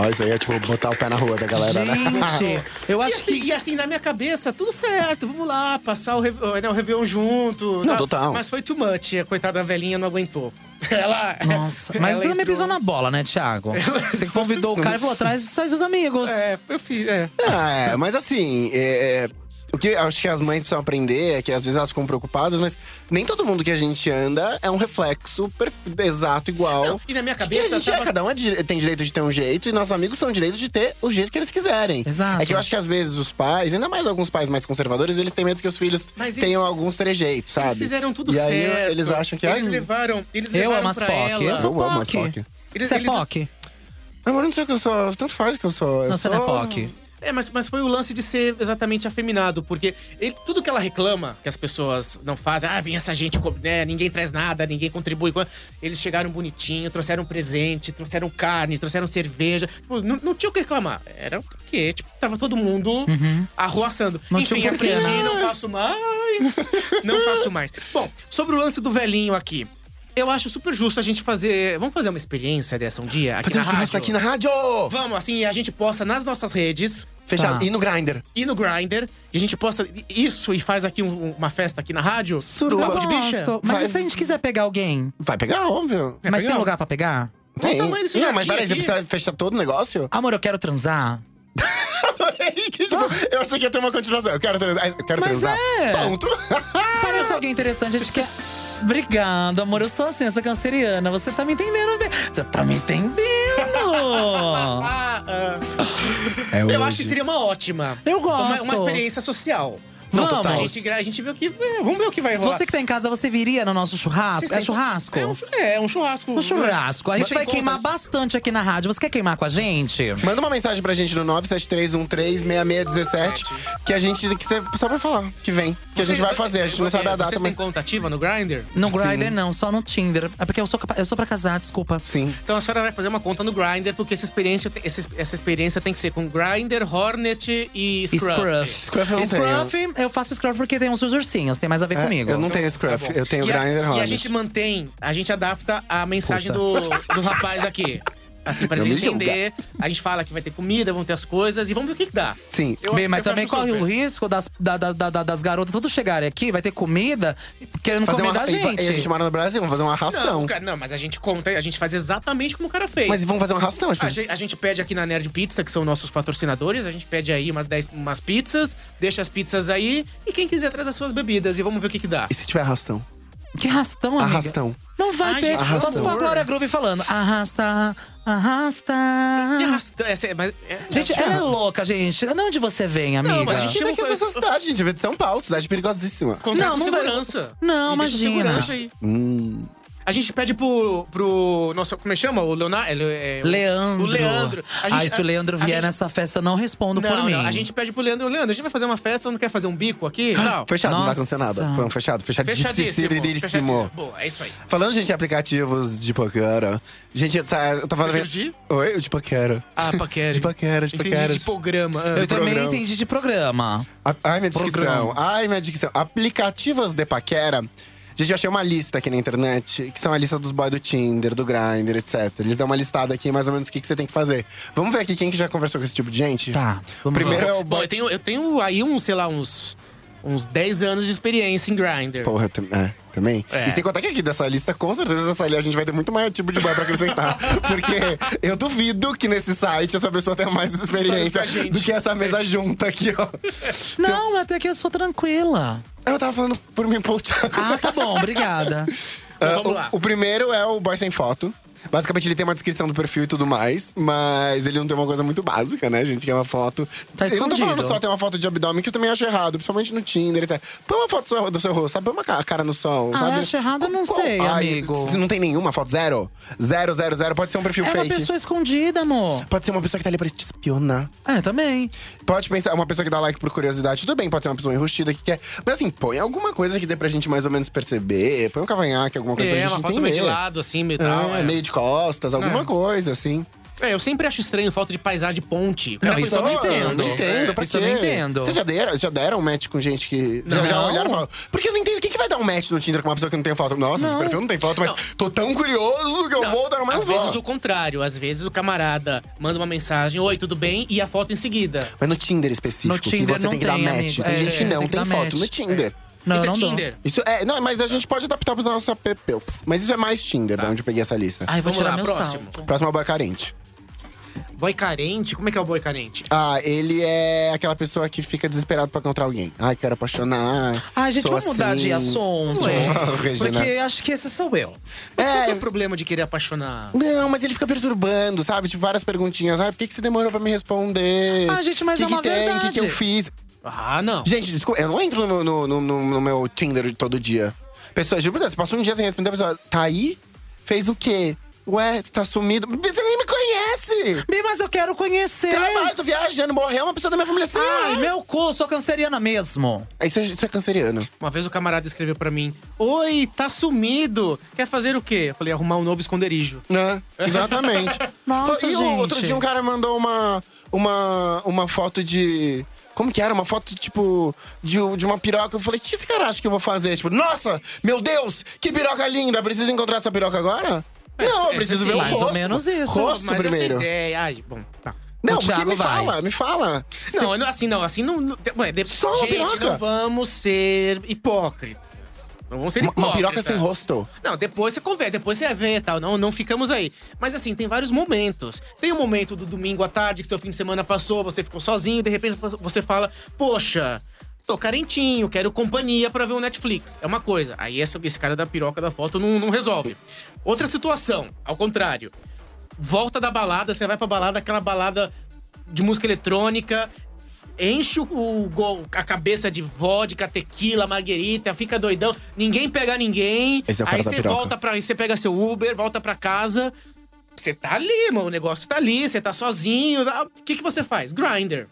[SPEAKER 7] Ó, isso aí é tipo botar o pé na rua da galera, né?
[SPEAKER 6] Gente, eu
[SPEAKER 5] E
[SPEAKER 6] acho
[SPEAKER 5] assim,
[SPEAKER 6] que.
[SPEAKER 5] e assim, na minha cabeça, tudo certo, vamos lá, passar o, Reve- né, o Réveillon junto.
[SPEAKER 7] Não,
[SPEAKER 5] tá?
[SPEAKER 7] total.
[SPEAKER 5] Mas foi too much, a coitada da velhinha não aguentou. Ela.
[SPEAKER 6] Nossa, mas
[SPEAKER 5] ela
[SPEAKER 6] você também
[SPEAKER 5] entrou-
[SPEAKER 6] pisou na bola, né, Thiago? Você convidou o cara e falou atrás, sai os amigos.
[SPEAKER 5] É, eu fiz, é.
[SPEAKER 7] Ah, é, mas assim, é, é, o que eu acho que as mães precisam aprender é que às vezes elas ficam preocupadas, mas nem todo mundo que a gente anda é um reflexo per- exato, igual.
[SPEAKER 5] Não, e na minha
[SPEAKER 7] De quem
[SPEAKER 5] cabeça
[SPEAKER 7] a gente é,
[SPEAKER 5] tava-
[SPEAKER 7] cada um é dire- tem direito de ter um jeito e nossos amigos são direitos de ter o jeito que eles quiserem.
[SPEAKER 6] Exato.
[SPEAKER 7] É que eu acho que às vezes os pais, ainda mais alguns pais mais conservadores, eles têm medo que os filhos
[SPEAKER 5] Mas eles-
[SPEAKER 7] tenham alguns trejeitos, sabe?
[SPEAKER 5] Eles fizeram tudo
[SPEAKER 7] e aí,
[SPEAKER 5] certo.
[SPEAKER 7] Eles acham que é um-
[SPEAKER 5] Eles
[SPEAKER 7] ai,
[SPEAKER 5] levaram. Eles
[SPEAKER 6] Eu
[SPEAKER 5] levaram
[SPEAKER 6] amo as
[SPEAKER 5] pra
[SPEAKER 6] POC.
[SPEAKER 5] ela.
[SPEAKER 6] Eu sou
[SPEAKER 7] Eu amo as
[SPEAKER 6] POC.
[SPEAKER 7] POC.
[SPEAKER 5] Eles-
[SPEAKER 6] Você é
[SPEAKER 5] eles-
[SPEAKER 6] POC?
[SPEAKER 7] Amor, eu não sei o que eu sou. Tanto faz o que eu sou. Eu
[SPEAKER 6] Não, você não é
[SPEAKER 7] sou-
[SPEAKER 6] POC.
[SPEAKER 5] É, mas, mas foi o lance de ser exatamente afeminado, porque ele- tudo que ela reclama, que as pessoas não fazem, ah, vem essa gente, co- né, ninguém traz nada, ninguém contribui. Eles chegaram bonitinho, trouxeram presente, trouxeram carne, trouxeram cerveja. Tipo, não, não tinha o que reclamar. Era porque, tipo, tava todo mundo
[SPEAKER 7] Uhum.
[SPEAKER 5] arruaçando.
[SPEAKER 6] Não
[SPEAKER 5] Enfim,
[SPEAKER 6] tinha porquê,
[SPEAKER 5] aprendi,
[SPEAKER 6] né?
[SPEAKER 5] não faço mais. não faço mais. Bom, sobre o lance do velhinho aqui. Eu acho super justo a gente fazer. Vamos fazer uma experiência dessa um dia? Aqui
[SPEAKER 7] Fazer um
[SPEAKER 5] na
[SPEAKER 7] churrasco
[SPEAKER 5] rádio?
[SPEAKER 7] aqui na rádio!
[SPEAKER 5] Vamos, assim, a gente posta nas nossas redes
[SPEAKER 7] Fechado.
[SPEAKER 6] Tá.
[SPEAKER 7] E no grinder.
[SPEAKER 5] e no Grindr. E a gente posta isso e faz aqui um- uma festa aqui na rádio.
[SPEAKER 7] Suruba.
[SPEAKER 5] Do papo de bicha.
[SPEAKER 6] Gosto. Mas
[SPEAKER 7] Vai.
[SPEAKER 6] e se a gente quiser pegar alguém?
[SPEAKER 7] Vai pegar, óbvio.
[SPEAKER 6] mas
[SPEAKER 5] pegar
[SPEAKER 6] tem
[SPEAKER 5] um-
[SPEAKER 6] lugar pra pegar?
[SPEAKER 5] Qual o tamanho desse
[SPEAKER 7] Não,
[SPEAKER 5] jardim
[SPEAKER 7] mas peraí, você
[SPEAKER 5] aqui?
[SPEAKER 7] precisa fechar todo o negócio?
[SPEAKER 6] Amor, eu quero transar.
[SPEAKER 7] Adorei, que, tipo, eu achei que ia ter uma continuação. Eu quero transar. Eu quero
[SPEAKER 6] Mas
[SPEAKER 7] transar.
[SPEAKER 6] é.
[SPEAKER 7] Ponto.
[SPEAKER 6] Parece alguém interessante, a gente quer. Obrigado, amor. Eu sou assim, eu sou canceriana. Você tá me entendendo bem. Você tá me entendendo!
[SPEAKER 5] Ah, ah. eu acho que seria uma ótima.
[SPEAKER 6] Eu
[SPEAKER 5] Uma,
[SPEAKER 6] gosto.
[SPEAKER 5] uma experiência social.
[SPEAKER 6] Não,
[SPEAKER 5] Vamos.
[SPEAKER 6] total.
[SPEAKER 5] A gente, gra- a gente vê o que. é, vamos ver o que vai rolar.
[SPEAKER 6] Você que tá em casa, você viria no nosso churrasco?
[SPEAKER 5] Vocês
[SPEAKER 6] É
[SPEAKER 5] têm-
[SPEAKER 6] churrasco?
[SPEAKER 5] É um, chu- é, um churrasco.
[SPEAKER 6] Um churrasco. A gente vai queimar bastante aqui na rádio. Você quer queimar com a gente?
[SPEAKER 7] Manda uma mensagem pra gente no 973136617 que a gente. Que você, só pra falar que vem. Que a gente vai fazer. A gente não sabe a data,
[SPEAKER 5] Vocês
[SPEAKER 7] mas.
[SPEAKER 5] têm conta ativa no Grindr?
[SPEAKER 6] No Grindr, não, só no Tinder. É porque eu sou, capa- eu sou pra casar, desculpa.
[SPEAKER 7] Sim.
[SPEAKER 5] Então a senhora vai fazer uma conta no Grindr, porque essa experiência, tem- essa, essa experiência tem que ser com Grindr, Hornet e Scruff.
[SPEAKER 7] Scruff
[SPEAKER 6] Scruff.
[SPEAKER 7] é um eu não
[SPEAKER 6] Scruff, eu faço Scruff porque tem uns seus ursinhos, tem mais a ver
[SPEAKER 7] tenho.
[SPEAKER 6] comigo.
[SPEAKER 7] É. Eu não tenho Scruff, eu tenho
[SPEAKER 5] e, a,
[SPEAKER 7] Grinder
[SPEAKER 5] e a
[SPEAKER 7] Hornet.
[SPEAKER 5] gente mantém, a gente adapta a mensagem do, do rapaz aqui. Assim, pra
[SPEAKER 7] Não
[SPEAKER 5] ele
[SPEAKER 7] me julga.
[SPEAKER 5] entender. A gente fala que vai ter comida, vão ter as coisas e vamos ver o que, que dá.
[SPEAKER 7] Sim.
[SPEAKER 5] Eu-
[SPEAKER 6] Bem, mas
[SPEAKER 5] eu
[SPEAKER 6] também
[SPEAKER 5] acho
[SPEAKER 6] corre
[SPEAKER 5] super.
[SPEAKER 6] o risco das, da- da- da- da- das garotas tudo chegarem aqui, vai ter comida, querendo
[SPEAKER 7] Fazer
[SPEAKER 6] comer
[SPEAKER 7] uma,
[SPEAKER 6] da
[SPEAKER 7] e-
[SPEAKER 6] gente.
[SPEAKER 7] E a gente mora no Brasil, vamos fazer um arrastão.
[SPEAKER 5] Não, cara, não, mas a gente conta, a gente faz exatamente como o cara fez.
[SPEAKER 7] Mas vamos fazer um arrastão, tipo,
[SPEAKER 5] A gente, a gente pede aqui na Nerd Pizza, que são nossos patrocinadores, a gente pede aí umas 10 umas pizzas, deixa as pizzas aí e quem quiser traz as suas bebidas e vamos ver o que, que dá.
[SPEAKER 7] E se tiver arrastão?
[SPEAKER 6] Que arrastão, amiga.
[SPEAKER 7] Arrastão.
[SPEAKER 6] Não vai
[SPEAKER 5] Ai,
[SPEAKER 6] ter.
[SPEAKER 5] gente,
[SPEAKER 6] Só se
[SPEAKER 7] arrastão.
[SPEAKER 6] for a Glória Groove falando, arrasta, arrasta.
[SPEAKER 5] E arrasta- essa é- mas- é-
[SPEAKER 6] Gente, ela é louca, gente. De onde você vem, amiga?
[SPEAKER 5] mas a gente-
[SPEAKER 7] Aqui daqui dessa cidade, gente. veio de São Paulo, cidade perigosíssima.
[SPEAKER 5] Contrata
[SPEAKER 6] Não,
[SPEAKER 5] não,
[SPEAKER 6] não vai-
[SPEAKER 5] segurança. E deixa o
[SPEAKER 6] Não, imagina.
[SPEAKER 5] segurança aí. A gente pede pro, pro nosso, como é que chama? O Leonardo? é, é, o-
[SPEAKER 6] Leandro.
[SPEAKER 5] O Leandro. A gente-
[SPEAKER 6] ah, se o Leandro
[SPEAKER 5] a
[SPEAKER 6] vier
[SPEAKER 5] gente-
[SPEAKER 6] nessa festa, não respondo
[SPEAKER 5] não,
[SPEAKER 6] por mim. Ah,
[SPEAKER 5] não, a gente pede pro Leandro. Leandro, a gente vai fazer uma festa, não quer fazer um bico aqui? Não.
[SPEAKER 7] Fechado, não vai
[SPEAKER 6] Nossa.
[SPEAKER 7] acontecer nada. Foi um fechado, fechadíssimo.
[SPEAKER 5] Fechadíssimo. Fechadíssimo.
[SPEAKER 7] fechadíssimo.
[SPEAKER 5] Boa, é isso aí.
[SPEAKER 7] Falando, gente, em aplicativos de paquera. Gente, eu sa- eu tava
[SPEAKER 5] Você viu de?
[SPEAKER 7] Oi, o de paquera.
[SPEAKER 5] Ah, paquera.
[SPEAKER 7] De paquera, de
[SPEAKER 5] Entendi
[SPEAKER 7] paquera.
[SPEAKER 5] de programa. Ah,
[SPEAKER 6] Eu também
[SPEAKER 7] programa.
[SPEAKER 6] entendi de programa.
[SPEAKER 7] A- Ai, minha dicção.
[SPEAKER 6] Programa.
[SPEAKER 7] Ai, minha dicção. Aplicativos de paquera. Gente, eu achei uma lista aqui na internet, que são a lista dos boys do Tinder, do Grindr, etc. Eles dão uma listada aqui, mais ou menos, o que, que você tem que fazer. Vamos ver aqui quem que já conversou com esse tipo de gente?
[SPEAKER 6] Tá, vamos
[SPEAKER 7] Primeiro
[SPEAKER 6] lá.
[SPEAKER 7] é o
[SPEAKER 5] Bom,
[SPEAKER 7] boy…
[SPEAKER 5] eu tenho, eu tenho aí uns, sei lá, uns, uns 10 anos de experiência em Grindr.
[SPEAKER 7] Porra, eu tam- é, também.
[SPEAKER 5] É.
[SPEAKER 7] E sem contar que aqui dessa lista, com certeza, dessa lista a gente vai ter muito mais tipo de boy pra acrescentar. porque eu duvido que nesse site essa pessoa tenha mais experiência
[SPEAKER 5] Tanta gente.
[SPEAKER 7] do que essa mesa junta aqui, ó. um-
[SPEAKER 6] Não, até que eu sou tranquila.
[SPEAKER 7] Eu tava falando por mim, pô, Thiago.
[SPEAKER 6] Ah, tá bom, obrigada.
[SPEAKER 7] Ah,
[SPEAKER 5] Então, vamos
[SPEAKER 7] o-
[SPEAKER 5] lá.
[SPEAKER 7] O, primeiro é o boy sem foto. Basicamente, ele tem uma descrição do perfil e tudo mais, mas ele não tem uma coisa muito básica, né, gente? Que é uma foto.
[SPEAKER 6] Tá
[SPEAKER 7] eu não tô
[SPEAKER 6] escondido.
[SPEAKER 7] falando só ter uma foto de abdômen, que eu também acho errado, principalmente no Tinder, etc. Põe uma foto do seu, do seu rosto, sabe? Põe uma ca- cara no sol.
[SPEAKER 6] Ah,
[SPEAKER 7] sabe?
[SPEAKER 6] eu acho errado, eu não sei, amigo.
[SPEAKER 7] se não tem nenhuma foto, zero. Zero, zero, zero. Pode ser um perfil
[SPEAKER 6] É uma
[SPEAKER 7] fake.
[SPEAKER 6] pessoa escondida, amor.
[SPEAKER 7] Pode ser uma pessoa que tá ali pra te espionar.
[SPEAKER 6] É, também.
[SPEAKER 7] Pode pensar, uma pessoa que dá like por curiosidade, tudo bem, pode ser uma pessoa enrustida que quer. Mas assim, põe alguma coisa que dê pra gente mais ou menos perceber. Põe um cavanhaque, alguma coisa pra
[SPEAKER 5] É,
[SPEAKER 7] gente
[SPEAKER 5] uma foto
[SPEAKER 7] entender.
[SPEAKER 5] meio de lado, assim, meio tal.
[SPEAKER 7] Ah,
[SPEAKER 5] é.
[SPEAKER 7] Meio de costas, alguma coisa, assim.
[SPEAKER 5] É, eu sempre acho estranho falta de paisagem de ponte. O
[SPEAKER 6] Não,
[SPEAKER 5] cara
[SPEAKER 6] isso eu
[SPEAKER 5] põe
[SPEAKER 6] não
[SPEAKER 5] só-
[SPEAKER 6] entendo.
[SPEAKER 7] não é entendo, pra
[SPEAKER 6] isso eu
[SPEAKER 7] quê?
[SPEAKER 6] não entendo.
[SPEAKER 7] Vocês já deram, já deram um match com gente que. Já, já
[SPEAKER 6] Não.
[SPEAKER 7] olharam e falaram. Porque eu não entendo. O que, que vai dar um match no Tinder com uma pessoa que não tem foto? Nossa, esse perfil não tem foto, mas tô tão curioso que eu vou dar mais
[SPEAKER 5] Às vezes
[SPEAKER 7] foto.
[SPEAKER 5] o contrário, às vezes o camarada manda uma mensagem, oi, tudo bem? E a foto em seguida.
[SPEAKER 7] Mas no Tinder específico,
[SPEAKER 6] No Tinder
[SPEAKER 7] que você
[SPEAKER 6] não
[SPEAKER 7] tem que
[SPEAKER 6] tem,
[SPEAKER 7] dar match.
[SPEAKER 6] amigo.
[SPEAKER 7] Tem
[SPEAKER 6] É,
[SPEAKER 7] gente que
[SPEAKER 6] é, tem
[SPEAKER 7] não
[SPEAKER 6] que
[SPEAKER 7] tem
[SPEAKER 6] dar match.
[SPEAKER 7] foto no Tinder.
[SPEAKER 6] Não,
[SPEAKER 5] Isso
[SPEAKER 6] não
[SPEAKER 5] é
[SPEAKER 6] dou.
[SPEAKER 5] Tinder.
[SPEAKER 7] Isso é, não, mas a gente pode adaptar pros nossos apps. Mas isso é mais Tinder, da onde eu peguei essa lista.
[SPEAKER 6] Tá.
[SPEAKER 7] é
[SPEAKER 6] Ai, vou
[SPEAKER 5] Vamos
[SPEAKER 6] tirar
[SPEAKER 5] lá,
[SPEAKER 6] meu
[SPEAKER 5] próximo.
[SPEAKER 6] salto.
[SPEAKER 7] Próxima boa carente.
[SPEAKER 5] Boy carente? Como é que é o boy carente?
[SPEAKER 7] Ah, ele é aquela pessoa que fica desesperado pra encontrar alguém. Ai, quero apaixonar.
[SPEAKER 6] Ai, Ah, gente,
[SPEAKER 7] sou
[SPEAKER 6] vamos mudar
[SPEAKER 7] assim.
[SPEAKER 6] de assunto.
[SPEAKER 5] É.
[SPEAKER 7] Regina.
[SPEAKER 6] Porque acho que esse sou eu.
[SPEAKER 5] Mas qual
[SPEAKER 7] É.
[SPEAKER 5] que é o problema de querer apaixonar?
[SPEAKER 7] Não, mas ele fica perturbando, sabe? Tipo, várias perguntinhas. Ah, por que, que você demorou pra me responder?
[SPEAKER 6] Ah, gente, mas
[SPEAKER 7] que
[SPEAKER 6] é uma
[SPEAKER 7] que tem? O que, que eu
[SPEAKER 6] verdade.
[SPEAKER 7] fiz?
[SPEAKER 5] Ah, não.
[SPEAKER 7] Gente, desculpa, eu não entro no meu, no, no- no- no meu Tinder de todo dia. Pessoa, juro por Deus, você passou um dia sem responder, a pessoa, tá aí? Fez o quê? Ué, você tá sumido? Você nem me conhece!
[SPEAKER 6] Bi, mas eu quero conhecer.
[SPEAKER 7] Trabalho, tô viajando, morreu uma pessoa da minha família assim.
[SPEAKER 6] É. Ai, meu cu, sou canceriana mesmo.
[SPEAKER 7] Isso, é- isso é canceriano.
[SPEAKER 5] Uma vez o camarada escreveu pra mim: Oi, tá sumido. Quer fazer o quê? Eu falei: arrumar um novo esconderijo.
[SPEAKER 7] Né? Exatamente.
[SPEAKER 6] Nossa,
[SPEAKER 7] e o
[SPEAKER 6] gente.
[SPEAKER 7] outro dia um cara mandou uma, uma, uma foto de. Como que era? Uma foto, tipo, de, um- de uma piroca. Eu falei, o que esse cara acha que eu vou fazer? Tipo, nossa, meu Deus, que piroca linda! Preciso encontrar essa piroca agora? não, eu
[SPEAKER 5] é,
[SPEAKER 7] preciso
[SPEAKER 5] sim,
[SPEAKER 7] ver o
[SPEAKER 6] mais ou
[SPEAKER 7] rosto.
[SPEAKER 6] menos isso.
[SPEAKER 7] Rosto
[SPEAKER 5] Mas
[SPEAKER 7] primeiro.
[SPEAKER 5] essa ideia. Ai, bom, tá.
[SPEAKER 7] Não,
[SPEAKER 6] O
[SPEAKER 7] porque
[SPEAKER 6] Thiago
[SPEAKER 7] me
[SPEAKER 6] vai.
[SPEAKER 7] fala, me fala.
[SPEAKER 5] Não, eu não- assim não, assim não. não de- ué, de-
[SPEAKER 7] Só uma
[SPEAKER 5] gente,
[SPEAKER 7] piroca.
[SPEAKER 5] não vamos ser hipócritas. Não vamos ser
[SPEAKER 7] Uma-
[SPEAKER 5] hipócritas.
[SPEAKER 7] uma piroca sem rosto.
[SPEAKER 5] Não, depois você conversa, depois você vê e tal. Não, não ficamos aí. Mas assim, tem vários momentos. Tem o momento do domingo à tarde, que seu fim de semana passou, você ficou sozinho, de repente você fala, poxa. Tô carentinho, quero companhia pra ver o Netflix. É uma coisa. Aí essa- esse cara da piroca da foto não, não resolve. Outra situação, ao contrário volta da balada, você vai pra balada, aquela balada de música eletrônica, enche o, o go- a cabeça de vodka, tequila, marguerita, fica doidão, ninguém pega ninguém.
[SPEAKER 7] Esse é o cara
[SPEAKER 5] aí
[SPEAKER 7] da
[SPEAKER 5] você
[SPEAKER 7] piroca.
[SPEAKER 5] volta pra. Aí você pega seu Uber, volta pra casa. Você tá ali, mano. O negócio tá ali, você tá sozinho. tá- O que, que você faz? Grinder.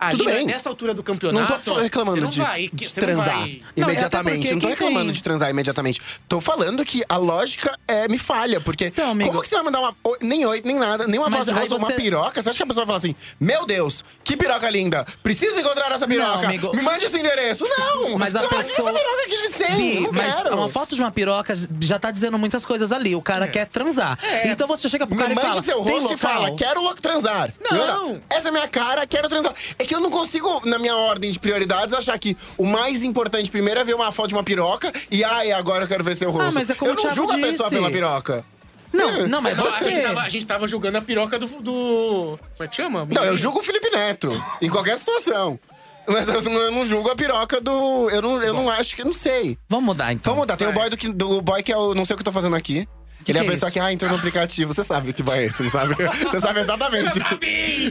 [SPEAKER 5] Ali,
[SPEAKER 7] Tudo bem.
[SPEAKER 5] nessa altura do campeonato,
[SPEAKER 7] não tô reclamando
[SPEAKER 5] você não
[SPEAKER 7] de,
[SPEAKER 5] vai,
[SPEAKER 7] de
[SPEAKER 5] você
[SPEAKER 7] transar
[SPEAKER 5] não vai.
[SPEAKER 6] Não, e até
[SPEAKER 7] imediatamente.
[SPEAKER 6] porque
[SPEAKER 7] Não, tô
[SPEAKER 6] quem
[SPEAKER 7] reclamando
[SPEAKER 6] tem-
[SPEAKER 7] de transar imediatamente. Tô falando que a lógica é, me falha, porque
[SPEAKER 6] Então, amigo-
[SPEAKER 7] como que você vai mandar uma. oi- Nem oito, nem nada, nem uma
[SPEAKER 6] Mas
[SPEAKER 7] foto de
[SPEAKER 6] aí
[SPEAKER 7] rosto, uma
[SPEAKER 6] você-
[SPEAKER 7] piroca? Você acha que a pessoa vai falar assim: Meu Deus, que piroca linda! Preciso encontrar essa piroca!
[SPEAKER 6] amigo.
[SPEAKER 7] Me mande esse endereço! Não!
[SPEAKER 6] Mas a
[SPEAKER 7] Não,
[SPEAKER 6] pessoa-
[SPEAKER 7] Essa piroca que você
[SPEAKER 6] Bi,
[SPEAKER 7] tem, não
[SPEAKER 6] mas é
[SPEAKER 7] quero.
[SPEAKER 6] uma foto de uma piroca já tá dizendo muitas coisas ali. O cara quer transar. Então você chega pro
[SPEAKER 7] Me
[SPEAKER 6] cara e
[SPEAKER 7] É. mande
[SPEAKER 6] fala.
[SPEAKER 7] seu
[SPEAKER 6] "Tem
[SPEAKER 7] rosto e
[SPEAKER 6] local?"
[SPEAKER 7] fala, quero lo- transar.
[SPEAKER 5] Não.
[SPEAKER 7] Não, Essa é a minha cara, quero transar. É que eu não consigo, na minha ordem de prioridades, achar que o mais importante primeiro é ver uma foto de uma piroca e ai, agora eu quero ver seu rosto.
[SPEAKER 6] mas é como
[SPEAKER 7] eu
[SPEAKER 6] o
[SPEAKER 7] não
[SPEAKER 6] Thiago
[SPEAKER 7] julgo a pessoa
[SPEAKER 6] disse.
[SPEAKER 7] pela piroca. É.
[SPEAKER 6] Não, não, mas
[SPEAKER 5] Não, a, gente
[SPEAKER 6] você.
[SPEAKER 5] tava, a gente tava julgando a piroca do. do- como é que chama?
[SPEAKER 7] Não, eu julgo o Felipe Neto, em qualquer situação. Mas eu não, eu não julgo a piroca do. Eu não, eu não acho que. Eu não sei.
[SPEAKER 6] Vamos mudar então.
[SPEAKER 7] Vamos mudar. Tem o boy do, que- do boy que é o. Não sei o que eu tô fazendo aqui. Que ele é a
[SPEAKER 6] que é
[SPEAKER 7] pessoa
[SPEAKER 6] isso?
[SPEAKER 7] que, ah, entrou no aplicativo. Você sabe que vai esse, não sabe? Você sabe exatamente.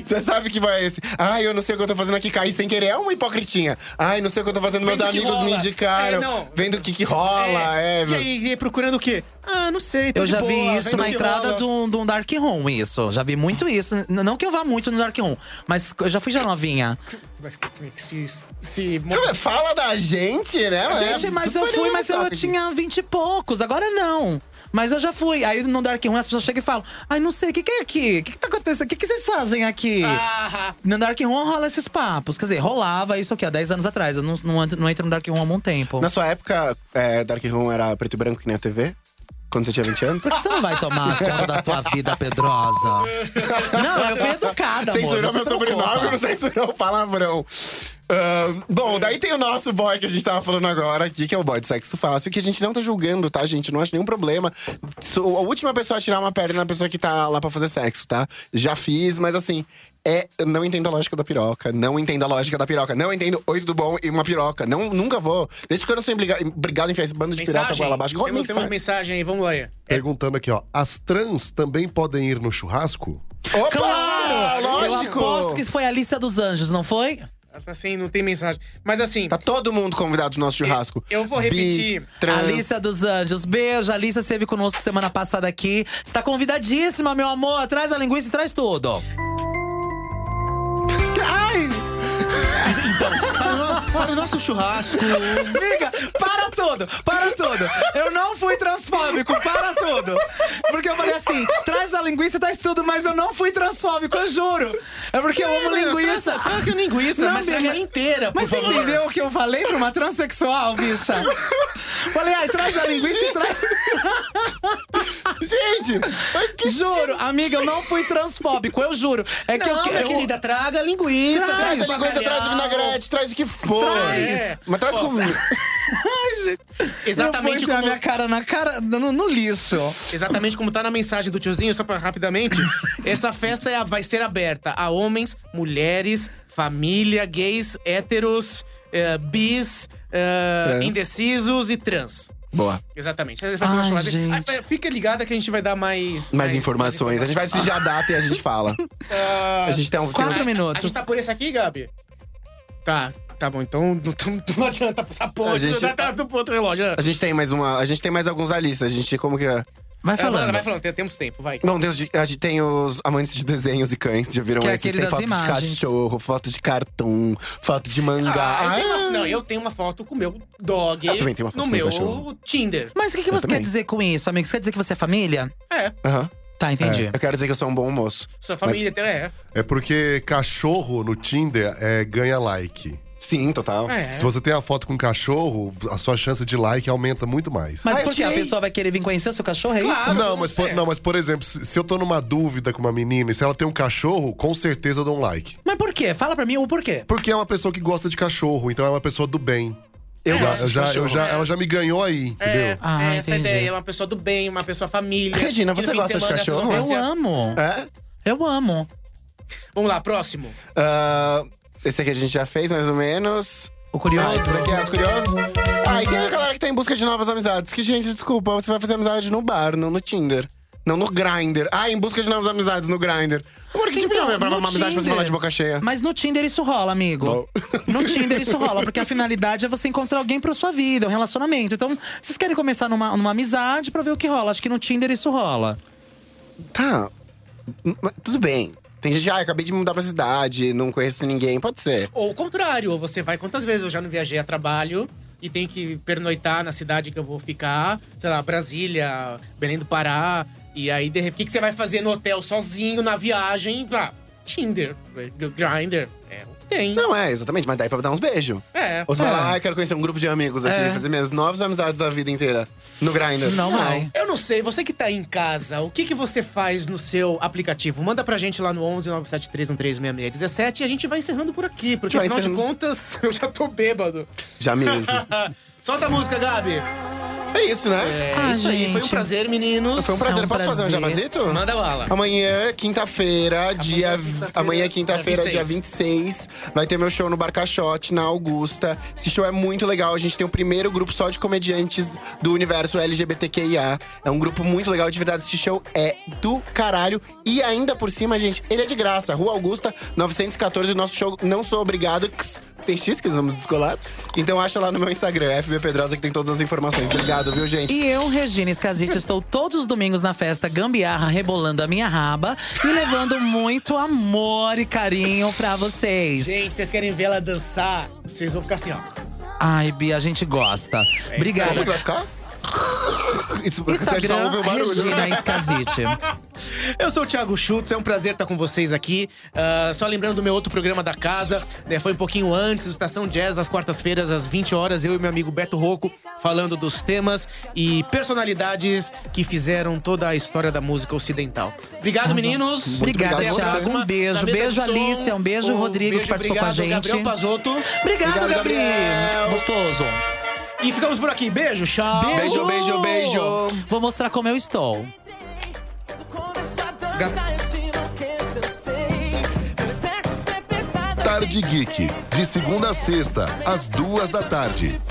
[SPEAKER 7] Você sabe que vai esse. Ah, eu não sei o que eu tô fazendo aqui, caí sem querer. É uma hipocritinha. Ai, não sei o que eu tô fazendo, meus
[SPEAKER 5] Vendo o que
[SPEAKER 7] amigos me
[SPEAKER 5] rola.
[SPEAKER 7] indicaram.
[SPEAKER 5] É, não.
[SPEAKER 7] vendo o que, que rola, é,
[SPEAKER 5] E
[SPEAKER 7] meu.
[SPEAKER 5] aí, e aí, procurando o quê? Ah, não sei. tô
[SPEAKER 6] Eu
[SPEAKER 5] de
[SPEAKER 6] já
[SPEAKER 5] boa,
[SPEAKER 6] vi isso
[SPEAKER 5] vendo
[SPEAKER 6] na
[SPEAKER 5] que
[SPEAKER 6] entrada
[SPEAKER 5] rola.
[SPEAKER 6] de um, de um Dark Room, isso. Já vi muito isso. N- Não que eu vá muito no Dark Room, mas eu já fui já novinha.
[SPEAKER 5] Mas se. se
[SPEAKER 7] Não, Fala da gente, né?
[SPEAKER 6] Gente,
[SPEAKER 7] É,
[SPEAKER 6] mas
[SPEAKER 7] tu
[SPEAKER 6] eu
[SPEAKER 7] foi
[SPEAKER 6] fui,
[SPEAKER 7] no
[SPEAKER 6] mas eu
[SPEAKER 7] WhatsApp.
[SPEAKER 6] tinha vinte e poucos, agora não. Mas eu já fui. Aí no Dark Room as pessoas chegam e falam: Ai, não sei, o que, que é aqui? O que, que tá acontecendo? O que, que vocês fazem aqui?
[SPEAKER 5] Ah,
[SPEAKER 6] No Dark Room rola esses papos. Quer dizer, rolava isso aqui há 10 anos atrás. Eu não, não, entro- não entro no Dark Room há muito tempo.
[SPEAKER 7] Na sua época, é, Dark Room era preto e branco que nem a TV? Quando você tinha 20 anos?
[SPEAKER 6] Por que você não vai tomar conta da tua vida, Pedrosa? Não, eu fui educada, amor.
[SPEAKER 7] Censurou
[SPEAKER 6] não se
[SPEAKER 7] meu
[SPEAKER 6] preocupa.
[SPEAKER 7] sobrenome, não censurou o palavrão. Ahn, bom, daí tem o nosso boy que a gente tava falando agora aqui, que é o boy de sexo fácil, que a gente não tá julgando, tá, gente? Não acho nenhum problema. Sou a última pessoa a tirar uma perna é a pessoa que tá lá pra fazer sexo, tá? Já fiz, mas assim. É, eu não entendo a lógica da piroca, não entendo a lógica da piroca, não entendo oito do bom e uma piroca. Não, nunca vou. Desde quando eu sou obriga- obrigado a enfiar esse bando de piroca
[SPEAKER 5] mensagem.
[SPEAKER 7] goela abaixo. Igual
[SPEAKER 5] Temos, temos
[SPEAKER 7] mensagem.
[SPEAKER 5] mensagem aí, vamos lá. aí.
[SPEAKER 4] Perguntando aqui, ó. As trans também podem ir no churrasco?
[SPEAKER 7] Opa!
[SPEAKER 6] Claro!
[SPEAKER 7] Lógico!
[SPEAKER 6] Eu aposto que foi a Alicia dos Anjos, não foi?
[SPEAKER 5] Ela Tá sem, não tem mensagem. Mas assim,
[SPEAKER 7] Tá todo mundo convidado pro nosso churrasco.
[SPEAKER 5] eu vou
[SPEAKER 7] Bi,
[SPEAKER 5] repetir.
[SPEAKER 7] trans,
[SPEAKER 6] Alicia dos Anjos, beijo. A Alicia esteve conosco semana passada aqui. Está convidadíssima, meu amor. Traz a linguiça e traz tudo.
[SPEAKER 3] Para o nosso churrasco.
[SPEAKER 6] Amiga, para tudo, para tudo. Eu não fui transfóbico, para tudo. Porque eu falei assim, traz a linguiça, traz tudo, mas eu não fui transfóbico, eu juro. É porque eu amo linguiça.
[SPEAKER 5] traga a linguiça,
[SPEAKER 6] Não,
[SPEAKER 5] mas
[SPEAKER 6] minha-
[SPEAKER 5] traga ela inteira, por
[SPEAKER 6] Mas você
[SPEAKER 5] favor.
[SPEAKER 6] entendeu o que eu falei pra uma transexual, bicha? Falei, ai, traz a linguiça e traz.
[SPEAKER 7] Gente, ai, que
[SPEAKER 6] Juro, amiga, eu não fui transfóbico, eu juro. É que
[SPEAKER 5] Não,
[SPEAKER 6] eu,
[SPEAKER 5] minha
[SPEAKER 6] eu,
[SPEAKER 5] querida, traga a linguiça.
[SPEAKER 7] traz
[SPEAKER 6] Traz,
[SPEAKER 5] traga
[SPEAKER 7] essa coisa,
[SPEAKER 5] bacalhau.
[SPEAKER 7] traz o vinagrete, traz o que for.
[SPEAKER 6] Traz.
[SPEAKER 7] É. Mas traz
[SPEAKER 5] Pô,
[SPEAKER 7] comigo.
[SPEAKER 6] Ai,
[SPEAKER 5] Exatamente
[SPEAKER 6] eu vou enfiar
[SPEAKER 5] como-
[SPEAKER 6] minha cara na cara, no, no lixo.
[SPEAKER 5] Exatamente como tá na mensagem do tiozinho, só pra, rapidamente. Essa festa é a- vai ser aberta a homens, mulheres, família, gays, héteros, eh, bis, eh,
[SPEAKER 7] Trans.
[SPEAKER 5] indecisos e trans.
[SPEAKER 7] Boa.
[SPEAKER 5] Exatamente. Essa vai ser uma
[SPEAKER 6] Ai,
[SPEAKER 5] churrasca.
[SPEAKER 6] gente.
[SPEAKER 5] Ah, Fica ligada que a gente vai dar mais.
[SPEAKER 7] Mais informações. A gente vai decidir a data e a gente fala.
[SPEAKER 5] Ah.
[SPEAKER 7] A gente tem um. tem um-
[SPEAKER 6] Quatro
[SPEAKER 5] A
[SPEAKER 6] minutos.
[SPEAKER 5] gente tá por esse aqui, Gabi? Tá, tá bom. Então não, tam- não adianta passar
[SPEAKER 7] A
[SPEAKER 5] ponto
[SPEAKER 7] gente-
[SPEAKER 5] gente... atrás do outro relógio. né?
[SPEAKER 7] A gente tem mais uma. A gente tem mais alguns ali. A gente. Como que é?
[SPEAKER 6] Vai
[SPEAKER 5] Vai falando,
[SPEAKER 6] falando.
[SPEAKER 5] vai falando. tem- Temos tempo, vai.
[SPEAKER 7] Bom, Deus, a gente tem os amantes de desenhos e cães, já viram
[SPEAKER 6] Que é
[SPEAKER 7] esse?
[SPEAKER 6] aquele
[SPEAKER 7] Tem
[SPEAKER 6] das
[SPEAKER 7] foto
[SPEAKER 6] imagens.
[SPEAKER 7] de cachorro, foto de cartoon, foto de mangá.
[SPEAKER 5] Ah, eu tenho uma- não, eu tenho uma foto com o meu dog
[SPEAKER 7] Um Eu também tenho uma foto
[SPEAKER 5] no
[SPEAKER 7] com meu
[SPEAKER 5] meu
[SPEAKER 7] cachorro.
[SPEAKER 5] Tinder.
[SPEAKER 6] Mas o que, que você quer
[SPEAKER 7] também.
[SPEAKER 6] dizer com isso, amigo? Você quer dizer que você é família?
[SPEAKER 7] Aham.
[SPEAKER 6] Tá, entendi.
[SPEAKER 7] Eu quero dizer que eu sou um bom moço.
[SPEAKER 5] Sua família tem- é.
[SPEAKER 4] É porque cachorro no Tinder é, ganha like.
[SPEAKER 7] Sim, total.
[SPEAKER 5] é.
[SPEAKER 4] Se você tem a foto com cachorro, a sua chance de like aumenta muito mais.
[SPEAKER 6] Mas
[SPEAKER 7] Ah, eu
[SPEAKER 6] por que a
[SPEAKER 7] tirei.
[SPEAKER 6] pessoa vai querer vir conhecer o seu cachorro? É isso?
[SPEAKER 4] não, mas por, não, mas por exemplo, se se eu tô numa dúvida com uma menina e se ela tem um cachorro, com certeza eu dou um like.
[SPEAKER 6] Mas por quê? Fala pra mim o porquê.
[SPEAKER 4] Porque é uma pessoa que gosta de cachorro, então é uma pessoa do bem.
[SPEAKER 7] Eu
[SPEAKER 4] Já-
[SPEAKER 7] gosto
[SPEAKER 4] eu
[SPEAKER 7] de
[SPEAKER 4] já, eu
[SPEAKER 7] cachorro.
[SPEAKER 4] já, ela já me ganhou aí, entendeu?
[SPEAKER 5] É,
[SPEAKER 6] Ah,
[SPEAKER 5] é essa
[SPEAKER 6] entendi.
[SPEAKER 5] ideia. É uma pessoa do bem, uma pessoa família.
[SPEAKER 7] Regina,
[SPEAKER 5] Que no
[SPEAKER 7] você
[SPEAKER 5] fim
[SPEAKER 7] gosta de
[SPEAKER 5] semana,
[SPEAKER 7] cachorro?
[SPEAKER 5] essas
[SPEAKER 6] Eu
[SPEAKER 5] conversas-
[SPEAKER 6] amo.
[SPEAKER 7] É?
[SPEAKER 6] Eu amo.
[SPEAKER 5] Vamos lá, próximo.
[SPEAKER 7] Ah, esse aqui a gente já fez, mais ou menos.
[SPEAKER 6] O curioso.
[SPEAKER 7] Ah, esse daqui é as curiosas. Ah, e tem a galera que tá em busca de novas amizades. Que, gente, desculpa, você vai fazer amizade no bar, não no Tinder. Não no Grindr. Ah, em busca de novas amizades no Grindr. Amor, que tipo de
[SPEAKER 6] Então,
[SPEAKER 7] homem é pra
[SPEAKER 6] no
[SPEAKER 7] uma amizade pra você
[SPEAKER 6] Tinder.
[SPEAKER 7] falar de boca cheia?
[SPEAKER 6] Mas no Tinder isso rola, amigo. No Tinder isso rola, porque a finalidade é você encontrar alguém pra sua vida, um relacionamento. Então, vocês querem começar numa, numa amizade pra ver o que rola. Acho que no Tinder isso rola.
[SPEAKER 7] Tá. Mas Tudo bem. Tem gente, ah, eu acabei de mudar pra cidade, não conheço ninguém. Pode ser.
[SPEAKER 5] Ou o contrário, ou você vai quantas vezes? Eu já não viajei a trabalho e tenho que pernoitar na cidade que eu vou ficar, sei lá, Brasília, Belém do Pará. E aí, de repente, o que que você vai fazer no hotel sozinho, na viagem? Ah, Tinder, Grindr. É o que tem.
[SPEAKER 7] Não é, exatamente, mas daí pra dar uns beijos.
[SPEAKER 5] É.
[SPEAKER 7] Ou você
[SPEAKER 6] É.
[SPEAKER 7] fala, ah, eu quero conhecer um grupo de amigos aqui,
[SPEAKER 6] É.
[SPEAKER 7] fazer minhas novas amizades da vida inteira. No Grindr.
[SPEAKER 6] Não vai.
[SPEAKER 5] Eu não sei, você que tá aí em casa, o que, que você faz no seu aplicativo? Manda pra gente lá no 11 973 136617 e a gente vai encerrando por aqui, porque
[SPEAKER 7] Vai
[SPEAKER 5] afinal de
[SPEAKER 7] encerrando.
[SPEAKER 5] contas eu já tô bêbado.
[SPEAKER 7] Já mesmo.
[SPEAKER 5] Solta a música, Gabi!
[SPEAKER 7] é isso, né?
[SPEAKER 5] É
[SPEAKER 6] Ah,
[SPEAKER 5] isso aí, foi um
[SPEAKER 6] gente.
[SPEAKER 5] prazer, meninos.
[SPEAKER 7] Foi um prazer.
[SPEAKER 6] É um
[SPEAKER 7] Posso fazer um
[SPEAKER 6] prazer.
[SPEAKER 7] jabazito?
[SPEAKER 5] Manda bala.
[SPEAKER 7] Amanhã, quinta-feira, dia.
[SPEAKER 5] quinta-feira,
[SPEAKER 7] amanhã, é quinta-feira,
[SPEAKER 5] dia
[SPEAKER 7] dia 26, vai ter meu show no Bar Caixote, na Augusta. Esse show é muito legal. A gente tem o primeiro grupo só de comediantes do universo LGBTQIA. É um grupo muito legal, de verdade. Esse show é do caralho. E ainda por cima, gente, ele é de graça. Rua Augusta, 914. O nosso show Não Sou Obrigado. X. Tem X que somos descolados. Então acha lá no meu Instagram, FB Pedrosa, que tem todas as informações. Obrigado, viu, gente?
[SPEAKER 6] E eu, Regina Escasite, estou todos os domingos na festa Gambiarra, rebolando a minha raba e levando muito amor e carinho pra vocês.
[SPEAKER 5] Gente, vocês querem ver ela dançar? Vocês vão ficar assim, ó.
[SPEAKER 6] Ai, Bia, a gente gosta.
[SPEAKER 7] Como é
[SPEAKER 6] Obrigada.
[SPEAKER 7] que vai ficar? É Isso, você só ouve
[SPEAKER 6] Instagram,
[SPEAKER 7] o barulho. né?
[SPEAKER 6] Regina Escasite.
[SPEAKER 5] Eu sou o Thiago Schultz, é um prazer estar com vocês aqui. Ah, só lembrando do meu outro programa da casa, né, foi um pouquinho antes, o Estação Jazz, às quartas-feiras, às 20 horas, eu e meu amigo Beto Rocco falando dos temas e personalidades que fizeram toda a história da música ocidental. Obrigado, meninos.
[SPEAKER 6] Obrigada,
[SPEAKER 5] Até a
[SPEAKER 6] Thiago.
[SPEAKER 5] próxima.
[SPEAKER 6] Um beijo.
[SPEAKER 5] Na mesa
[SPEAKER 6] Beijo,
[SPEAKER 5] de som,
[SPEAKER 6] Alicia. Um beijo, Rodrigo, que participou com a
[SPEAKER 5] obrigado,
[SPEAKER 6] gente.
[SPEAKER 5] Gabriel Pazotto.
[SPEAKER 6] Obrigado,
[SPEAKER 7] Obrigado,
[SPEAKER 6] Gabi.
[SPEAKER 7] Gabriel.
[SPEAKER 6] Gostoso.
[SPEAKER 5] E ficamos por aqui. Beijo, tchau.
[SPEAKER 7] Beijo, beijo, beijo.
[SPEAKER 6] Vou mostrar como eu estou.
[SPEAKER 4] Tarde Geek, de segunda a sexta, às duas da tarde.